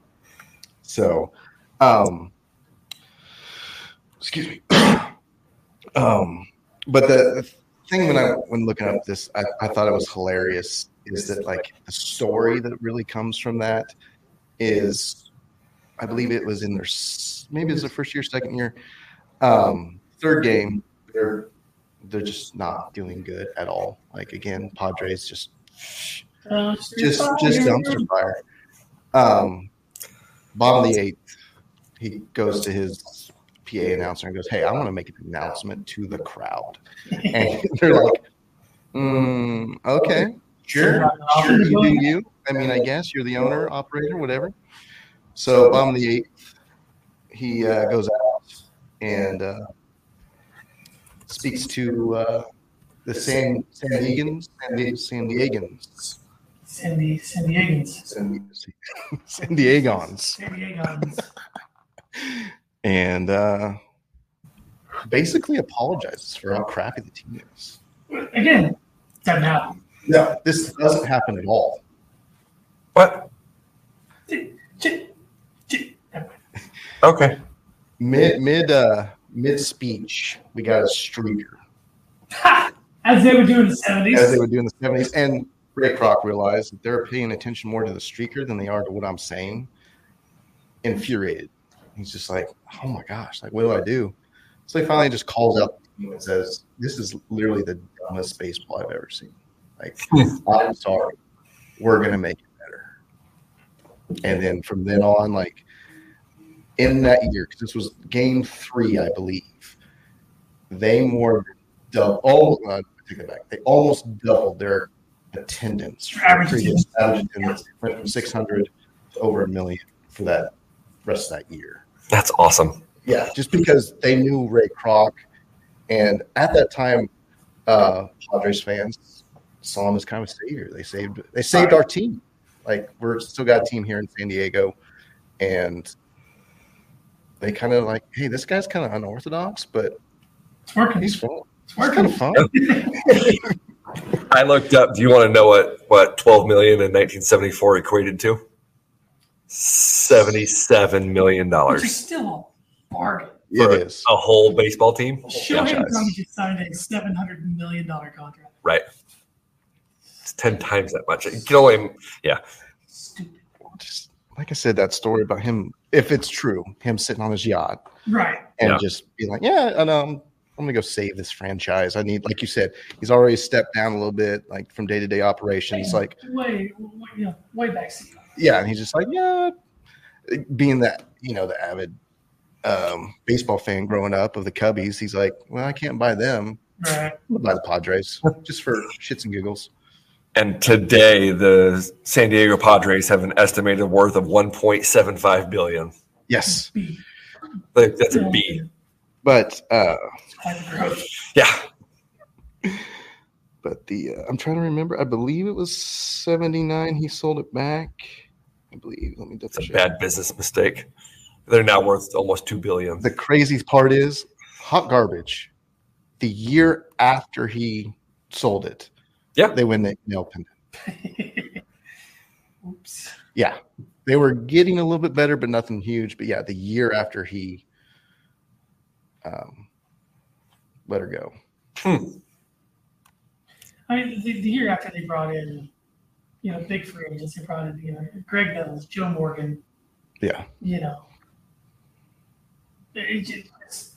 Speaker 3: So, um, excuse me. um, but the, the thing when I when looking up this, I, I thought it was hilarious. Is that like the story that really comes from that? Is I believe it was in their s- maybe it was their first year, second year, um, third game. They're they're just not doing good at all. Like again, Padres just
Speaker 1: Uh,
Speaker 3: just just dumpster fire. Um, bottom of the eighth, he goes to his PA announcer and goes, "Hey, I want to make an announcement to the crowd." And they're like, mm, "Okay, sure, sure, you do you. I mean, I guess you're the owner, operator, whatever." So bottom of the eighth, he uh, goes out and uh, speaks to uh, the San San Diegans, San Die- San Diegans.
Speaker 1: San, Di- San Diegans.
Speaker 3: San, San Diegans.
Speaker 1: San Diegans.
Speaker 3: And uh, basically apologizes for how crappy the team is.
Speaker 1: Again, doesn't happen.
Speaker 3: No, this doesn't happen at all.
Speaker 6: What?
Speaker 1: Ch- ch- never mind.
Speaker 6: Okay.
Speaker 3: Mid mid uh, mid speech, we got a streaker
Speaker 1: Ha! As they would do in the
Speaker 3: as they
Speaker 1: 70s.
Speaker 3: would do in the seventies. And Ray Kroc realized that they're paying attention more to the streaker than they are to what I'm saying. Infuriated, he's just like, "Oh my gosh! Like, what do I do?" So he finally just calls out and says, "This is literally the dumbest baseball I've ever seen." Like, I'm sorry. We're gonna make it better. And then from then on, like in that year, because this was game three, I believe, they more double. Oh, uh, I take that back. They almost doubled their attendance. from the
Speaker 1: Average
Speaker 3: previous average attendance went from 600 to over a million for that rest of that year.
Speaker 6: That's awesome.
Speaker 3: Yeah, just because they knew Ray Kroc, and at that time, uh, Padres fans saw him as kind of a savior. They saved they saved our team. Like we're still got a team here in San Diego, and they kind of like, hey, this guy's kind of unorthodox, but
Speaker 1: It's working.
Speaker 3: he's fun.
Speaker 1: It's
Speaker 3: He's kind
Speaker 1: working.
Speaker 3: of fun.
Speaker 6: I looked up. Do you want to know what what 12 million in 1974 equated to? 77 million
Speaker 1: Which is
Speaker 6: dollars.
Speaker 1: still a bargain.
Speaker 3: It is.
Speaker 6: A whole baseball team.
Speaker 1: Shohei
Speaker 3: franchise.
Speaker 1: Otani just signed a $700 million contract.
Speaker 6: Right. It's 10 times that much. You can only
Speaker 1: Stupid.
Speaker 3: Just like I said, that story about him, if it's true, him sitting on his yacht
Speaker 1: Right.
Speaker 3: and
Speaker 6: Yeah.
Speaker 3: just be like, yeah, and um, I'm gonna go save this franchise. I need, like you said, he's already stepped down a little bit, like from day to day operations. Like,
Speaker 1: way, way, you know, way back.
Speaker 3: yeah, and he's just like, yeah, being that you know the avid um, baseball fan growing up of the Cubbies, he's like, well, I can't buy them.
Speaker 1: Right.
Speaker 3: I'm gonna buy the Padres just for shits and giggles.
Speaker 6: And today, the San Diego Padres have an estimated worth of 1.75 billion.
Speaker 3: Yes,
Speaker 1: B.
Speaker 6: Like, that's a B.
Speaker 3: but uh,
Speaker 6: Yeah,
Speaker 3: but the uh, I'm trying to remember. I believe it was '79. He sold it back. I believe. Let me double
Speaker 6: it's a
Speaker 3: check.
Speaker 6: bad business mistake. They're now worth almost two billion.
Speaker 3: the crazy part is hot garbage the year after he sold it
Speaker 6: Yeah.
Speaker 3: they win the nail pendant
Speaker 1: Oops.
Speaker 3: yeah they were getting a little bit better but nothing huge but yeah the year after he um, let her go
Speaker 6: Hmm.
Speaker 1: I mean, the, the year after they brought in, you know, big free agents, they brought in, you know, Greg Neville, Joe Morgan,
Speaker 3: yeah
Speaker 1: you know, it, it just,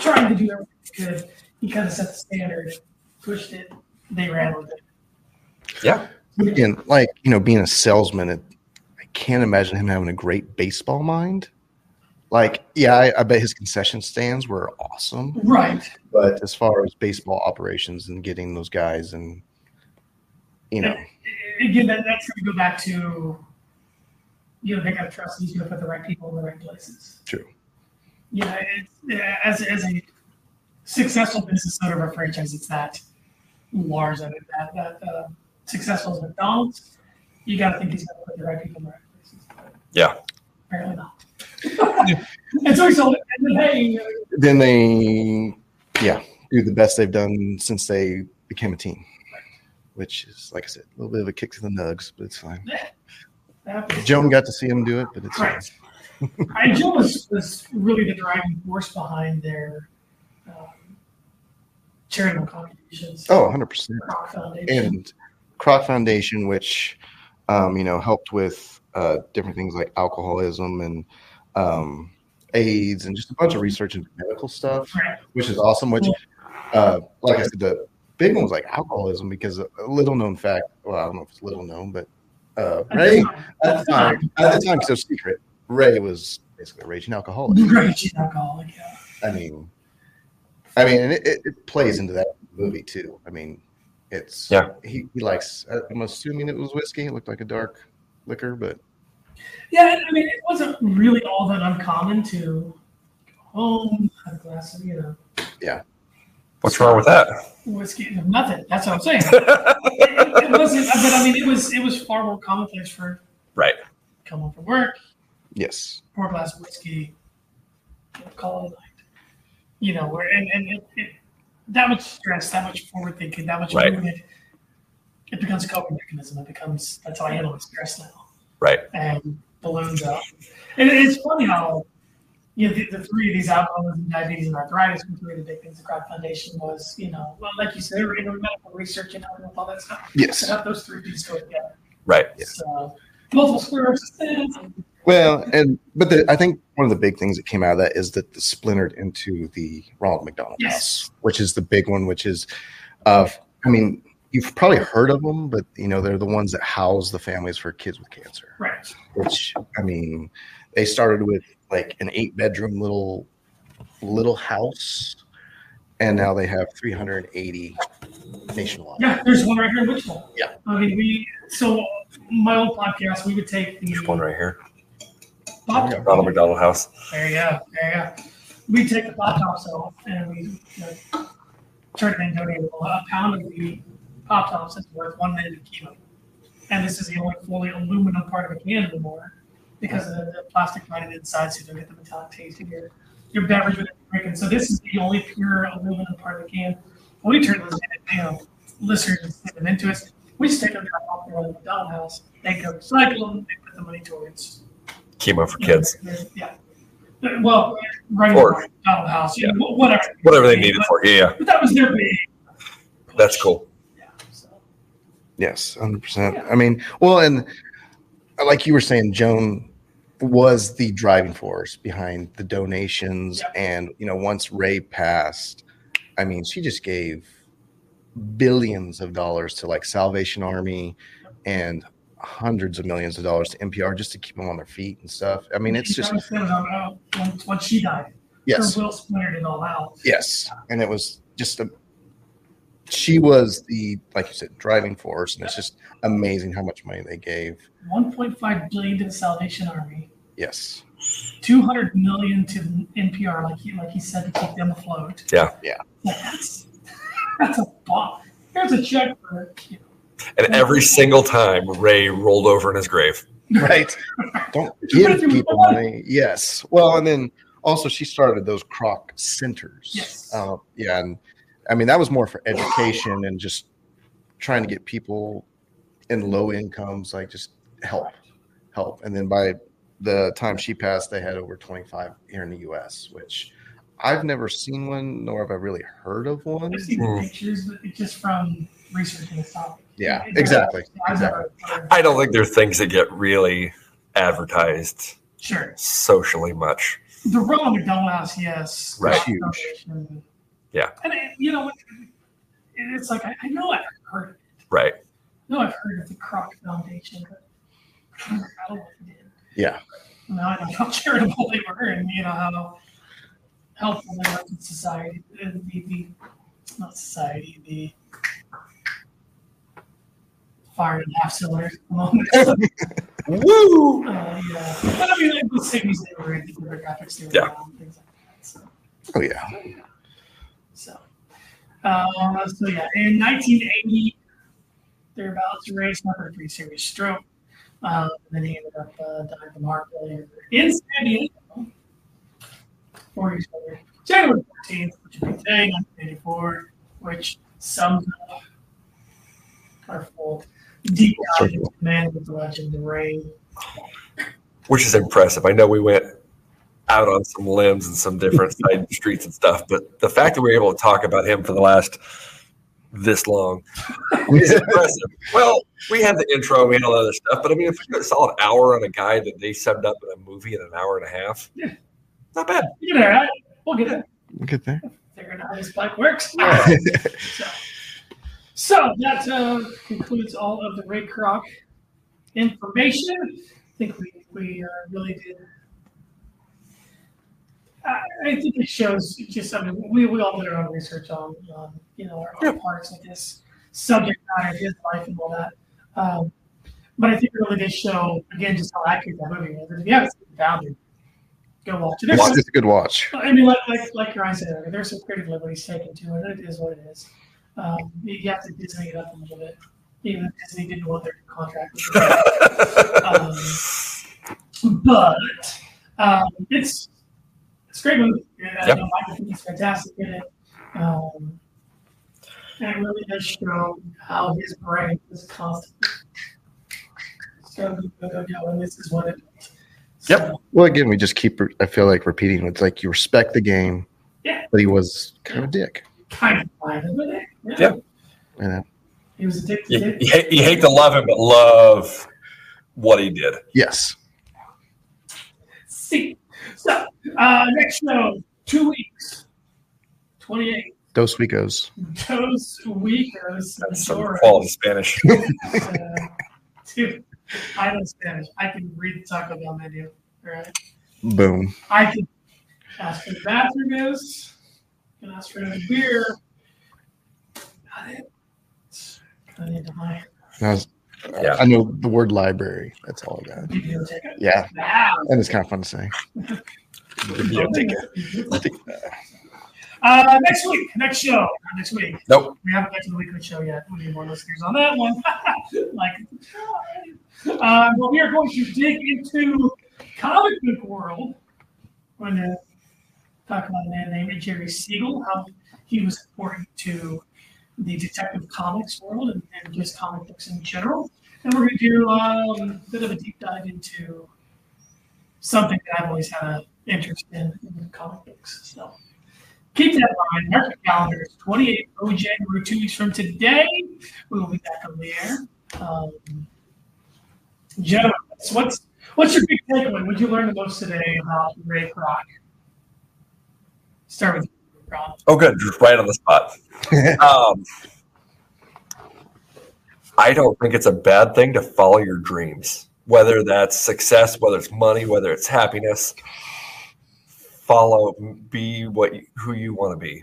Speaker 1: trying to do everything he could. He kind of set the standard, pushed it, they ran with it.
Speaker 6: Yeah,
Speaker 3: But again like you know being a salesman it, i can't imagine him having a great baseball mind like yeah I, I bet his concession stands were awesome
Speaker 1: Right.
Speaker 3: but as far as baseball operations and getting those guys and you know
Speaker 1: Again, that, that's going to go back to, you know, they got to trust he's going to put the right people in the right places.
Speaker 3: True.
Speaker 1: Yeah, it's, as, as a successful business owner of a franchise, it's that large of it, that, that uh, successful as McDonald's, you got to think he's going to put the right people in the right places. but
Speaker 6: Yeah.
Speaker 1: Apparently not. and so he sold it. And then, hey, you know,
Speaker 3: Then they, yeah, do the best they've done since they became a team, which is, like I said, a little bit of a kick to the nugs, but it's fine.
Speaker 1: that happens.
Speaker 3: Joan got to see him do it, but it's fine.
Speaker 1: Right. And Jill was, was really the driving force behind their um, charitable contributions.
Speaker 3: Oh, 100%.
Speaker 1: Rock Foundation.
Speaker 3: and Croc Foundation, which um, you know helped with uh, different things like alcoholism and um, AIDS and just a bunch of research into medical stuff,
Speaker 1: Right.
Speaker 3: which is awesome. Which, uh, like I said, the big one was like alcoholism because a little known fact. Well, I don't know if it's little known, but uh,
Speaker 1: At the
Speaker 3: Ray
Speaker 1: time.
Speaker 3: at the time, at the time, so secret. Ray was basically a raging alcoholic.
Speaker 1: Right, she's alcoholic. Yeah.
Speaker 3: I mean, I mean, and it, it, it plays into that movie too. I mean, it's
Speaker 6: Yeah.
Speaker 3: He, he likes. I- I'm assuming it was whiskey. It looked like a dark liquor, but
Speaker 1: Yeah, and I mean, it wasn't really all that uncommon to go home, have a glass of, you know,
Speaker 6: What's wrong with that?
Speaker 1: whiskey, nothing. That's what I'm saying. it, it wasn't, but I mean, it was it was far more commonplace for
Speaker 6: Right.
Speaker 1: come home from work,
Speaker 3: yes,
Speaker 1: pour a glass of whiskey, call it a night. You know, where and, and it, it, that much stress, that much forward thinking, that much
Speaker 6: Right.
Speaker 1: movement, it becomes a coping mechanism. It becomes that's how I handle my stress now.
Speaker 6: Right.
Speaker 1: And balloons up. And it's funny how you know the, the three of these alcoholism, diabetes, and arthritis were three of the big things the Crowd Foundation was, you know, well, like you said, they were into medical research and helping with all that stuff. So
Speaker 3: yes.
Speaker 1: how those three pieces go together.
Speaker 6: Right.
Speaker 1: So multiple sclerosis. eh,
Speaker 3: Well, and but the, I think one of the big things that came out of that is that the splintered into the Ronald McDonald
Speaker 1: Yes.
Speaker 3: House, which is the big one. Which is, uh, I mean, you've probably heard of them, but you know they're the ones that house the families for kids with cancer.
Speaker 1: Right.
Speaker 3: which I mean, they started with like an eight bedroom little little house, and now they have 380 nationwide.
Speaker 1: Yeah, there's one right here in Wichita.
Speaker 3: Yeah.
Speaker 1: I mean, we, so my old podcast, we would take the
Speaker 6: There's one right here.
Speaker 1: pop
Speaker 6: Ronald McDonald House.
Speaker 1: There you go. There you go. We take the pop tops off and we you know, turn it into a a pound of the pop tops that's worth one minute of chemo. And this is the only fully aluminum part of a can anymore because of the plastic lining inside, so you don't get the metallic taste in your, your beverage when you're drinking. So this is the only pure aluminum part of the can. When we turn those in, you know, listeners and stick them into us, we stick them off the Ronald McDonald House. They go recycle them. They put the money towards
Speaker 6: Chemo for kids.
Speaker 1: yeah. Well, right
Speaker 6: Or-
Speaker 1: or, Donald House, you
Speaker 6: yeah.
Speaker 1: know, wh- whatever.
Speaker 6: Whatever they needed for. Yeah.
Speaker 1: But that was their big. push.
Speaker 6: That's cool.
Speaker 1: Yeah, so.
Speaker 3: Yes, 100%. I mean, well, and like you were saying, Joan was the driving force behind the donations.
Speaker 1: Yeah.
Speaker 3: And, you know, once Ray passed, I mean, she just gave billions of dollars to like Salvation Army and hundreds of millions of dollars to NPR just to keep them on their feet and stuff. I mean, it's
Speaker 1: She
Speaker 3: just,
Speaker 1: always said, uh, when, when she died,
Speaker 3: yes.
Speaker 1: her will splintered it all out.
Speaker 3: Yes, and it was just a. She was the like you said driving force, and it's just amazing how much money they gave.
Speaker 1: 1.5 billion to the Salvation Army,
Speaker 3: Yes,
Speaker 1: 200 million to NPR, like he like he said, to keep them afloat.
Speaker 6: Yeah.
Speaker 3: Yeah.
Speaker 1: Like, that's that's a bomb. Here's a check for you know,
Speaker 6: And every single time Ray rolled over in his grave.
Speaker 3: right. Don't
Speaker 1: But
Speaker 3: give
Speaker 1: you
Speaker 3: people
Speaker 1: want-
Speaker 3: money. Yes. Well, and then also she started those Croc centers.
Speaker 1: Yes.
Speaker 3: Uh, yeah, and I mean that was more for education and just trying to get people in low incomes like just help, help. And then by the time she passed, they had over twenty five here in the U.S., which I've never seen one, nor have I really heard of one.
Speaker 1: I've seen the
Speaker 6: Mm.
Speaker 1: pictures, but it's just from researching this topic.
Speaker 3: Yeah,
Speaker 1: It-
Speaker 3: exactly,
Speaker 1: I've
Speaker 3: exactly.
Speaker 1: never- never-
Speaker 6: I don't think they're things that get really advertised
Speaker 1: Sure.
Speaker 6: socially much.
Speaker 1: The Ronald McDonald House, yes.
Speaker 6: Right.
Speaker 1: Rock
Speaker 3: Huge.
Speaker 1: Foundation.
Speaker 6: Yeah.
Speaker 1: And it- you know, it- it's like I, I know I've heard, of it.
Speaker 6: Right.
Speaker 1: I know I've heard of the Croc Foundation, but I don't know if I did.
Speaker 3: Yeah.
Speaker 1: Now I know how charitable they were, and you know how helpful they were to society. uh, The, the not society, the fire and half cylinders. Woo! Uh, yeah, but I mean, like the cities they were in, the demographics they were
Speaker 6: Yeah.
Speaker 1: in, things like that. So.
Speaker 3: Oh yeah.
Speaker 1: So, uh, so yeah, in 1980, thereabouts, Ray suffered a pretty serious stroke. Um, and then he ended up uh, dying from heart failure in San Diego. Four years later. January 14th, which would be today, 1984, which sums up our full deep dive into the man with the legend, the rain.
Speaker 6: which is impressive. I know we went out on some limbs and some different side streets and stuff, but the fact that we were able to talk about him for the last this long is impressive. Well, we had the intro, we had all that other stuff, but I mean, if we got a solid hour on a guy that they summed up in a movie in an hour and a half,
Speaker 1: Yeah.
Speaker 6: not bad.
Speaker 1: You know, right? We'll get it.
Speaker 3: Look at that.
Speaker 1: Figuring out how this bike works. so, so that uh, concludes all of the Ray Kroc information. I think we, we uh, really did. uh, I, I think it shows just, I mean, we, we all did our own research on, um, you know, our own parts of this subject matter, his life and all that. Um, but I think it really did show, again, just how accurate that movie was. And If you haven't seen The Boundary, go watch it. There's some-
Speaker 3: It's, it's a good watch.
Speaker 1: I mean, like like like Ryan said earlier, there's some creative liberties taken to it. It is what it is. Um, you you have to Disney it up a little bit, even if Disney didn't want their contract. With them. um, but um, it's it's a great movie. And I
Speaker 6: Yep.
Speaker 1: know Michael Keaton's fantastic in it. Um, and it really does show how his brain is constantly. So, go, go, go, and this is what it.
Speaker 6: Yep.
Speaker 1: So,
Speaker 3: Well, again, we just keep. I feel like repeating. It's like you respect the game.
Speaker 1: Yeah.
Speaker 3: But he was kind of a dick.
Speaker 1: kind of fine, isn't it? Yeah.
Speaker 6: Yep.
Speaker 3: You know?
Speaker 1: He was addicted.
Speaker 6: You, you hate, you hate to love him, but love what he did.
Speaker 3: Yes.
Speaker 1: See. So, uh, next show, two weeks, 28.
Speaker 3: Dos Ricos.
Speaker 1: Those weekers.
Speaker 6: That's some
Speaker 1: Honduras.
Speaker 6: quality Spanish.
Speaker 1: Uh, dude, I know Spanish. I can read the Taco Bell menu. All right.
Speaker 3: Boom.
Speaker 1: I can ask for the bathroom is, can ask for a beer. Got it. I need to hire
Speaker 3: And I, was-
Speaker 6: Yeah.
Speaker 3: I know the word library. That's all I
Speaker 1: a
Speaker 3: got.
Speaker 1: biblioteca.
Speaker 3: Yeah.
Speaker 1: Wow.
Speaker 3: And it's kind of fun to say.
Speaker 1: Uh, next week, next show, not next week.
Speaker 6: Nope.
Speaker 1: We haven't got to the weekly show yet. We need more listeners on that one. like, uh, but we are going to dig into comic book world. We're going to talk about a man named Jerry Siegel, how he was important to the detective comics world and, and just comic books in general. And we're going to do um, a bit of a deep dive into something that I've always had an interest in, in comic books. So keep that in mind. Mark your calendars. 28th of oh, January, two weeks from today. We will be back on the air. Um, Joe, what's what's your big takeaway? What did you learn the most today about Ray Kroc? Start with you, Ron.
Speaker 6: Oh, good. Just right on the spot. um, I don't think it's a bad thing to follow your dreams, whether that's success, whether it's money, whether it's happiness. Follow, be what you, who you want to be.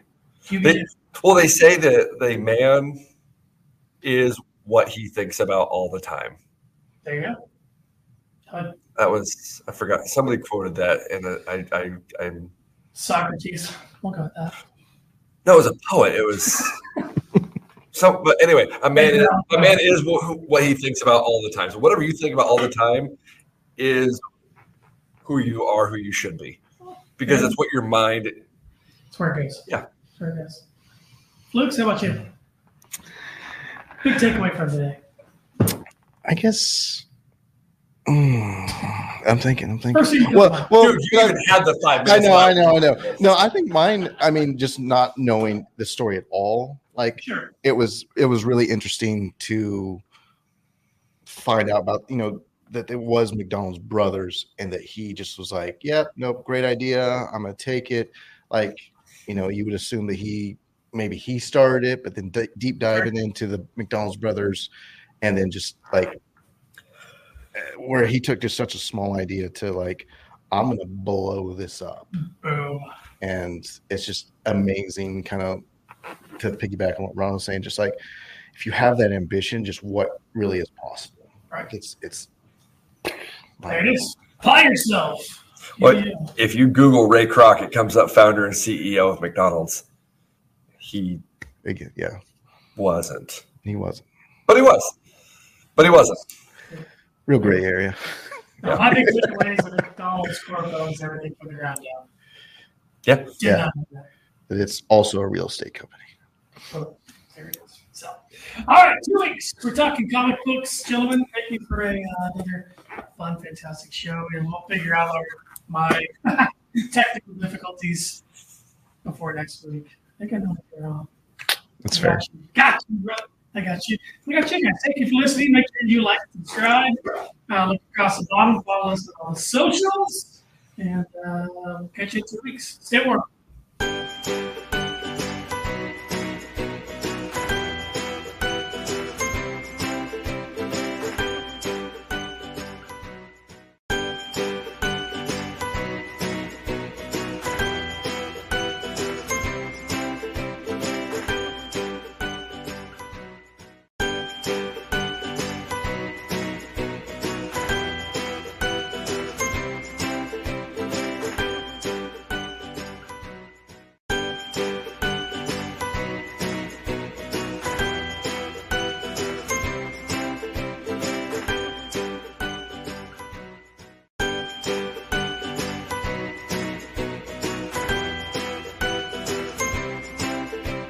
Speaker 1: You
Speaker 6: They-
Speaker 1: can-
Speaker 6: Well, they say that the man is what he thinks about all the time.
Speaker 1: there you go. Uh,
Speaker 6: That was I forgot somebody quoted that, and I I, I I'm
Speaker 1: Socrates. We'll go with that.
Speaker 6: No, it was a poet. It was so. But anyway, a man is a man is what, what he thinks about all the time. So whatever you think about all the time is who you are, who you should be, because it's what your mind.
Speaker 1: That's where it goes.
Speaker 6: Yeah.
Speaker 1: That's where it goes. Luke, how about you? Big takeaway from today.
Speaker 3: I guess. Mm, I'm thinking. I'm thinking.
Speaker 1: First thing you
Speaker 3: Well, well,
Speaker 6: Dude, you even had the five
Speaker 3: I
Speaker 6: minutes.
Speaker 3: know, I
Speaker 6: left.
Speaker 3: know, I know. No, I think mine. I mean, just not knowing the story at all. Like
Speaker 1: sure.
Speaker 3: it was, it was really interesting to find out about. You know that it was McDonald's brothers, and that he just was like, "Yep, nope, great idea. I'm gonna take it." Like, you know, you would assume that he maybe he started it, but then d- deep diving into the McDonald's brothers, and then just like eh, where he took just such a small idea to like, I'm gonna blow this up
Speaker 1: Boom.
Speaker 3: and it's just amazing kind of to piggyback on what ron was saying just like if you have that ambition just what really is possible
Speaker 1: Right.
Speaker 3: it's it's
Speaker 1: There it is. Apply yourself.
Speaker 6: What?
Speaker 1: Yeah.
Speaker 6: If you Google Ray Kroc, it comes up founder and CEO of McDonald's. He
Speaker 3: Again, yeah
Speaker 6: wasn't,
Speaker 3: he wasn't
Speaker 6: but he was, but he wasn't.
Speaker 3: Real gray area.
Speaker 1: No, my big takeaway is that McDonald's core bones everything from the ground up.
Speaker 6: Yeah.
Speaker 1: Do
Speaker 3: Yeah.
Speaker 1: not do that.
Speaker 3: But it's also a real estate company.
Speaker 1: Boom. There it is. So, all right, two weeks. We're talking comic books, gentlemen. Thank you for a, uh, another fun, fantastic show, and we'll figure out our, my technical difficulties before next week. I think I know what they're on.
Speaker 3: That's
Speaker 1: I
Speaker 3: fair.
Speaker 1: Got you, Got you, bro. I got you. We got you guys. Thank you for listening. Make sure you like, subscribe, uh, look across the bottom, follow us on all the socials, and uh, catch you in two weeks. Stay warm.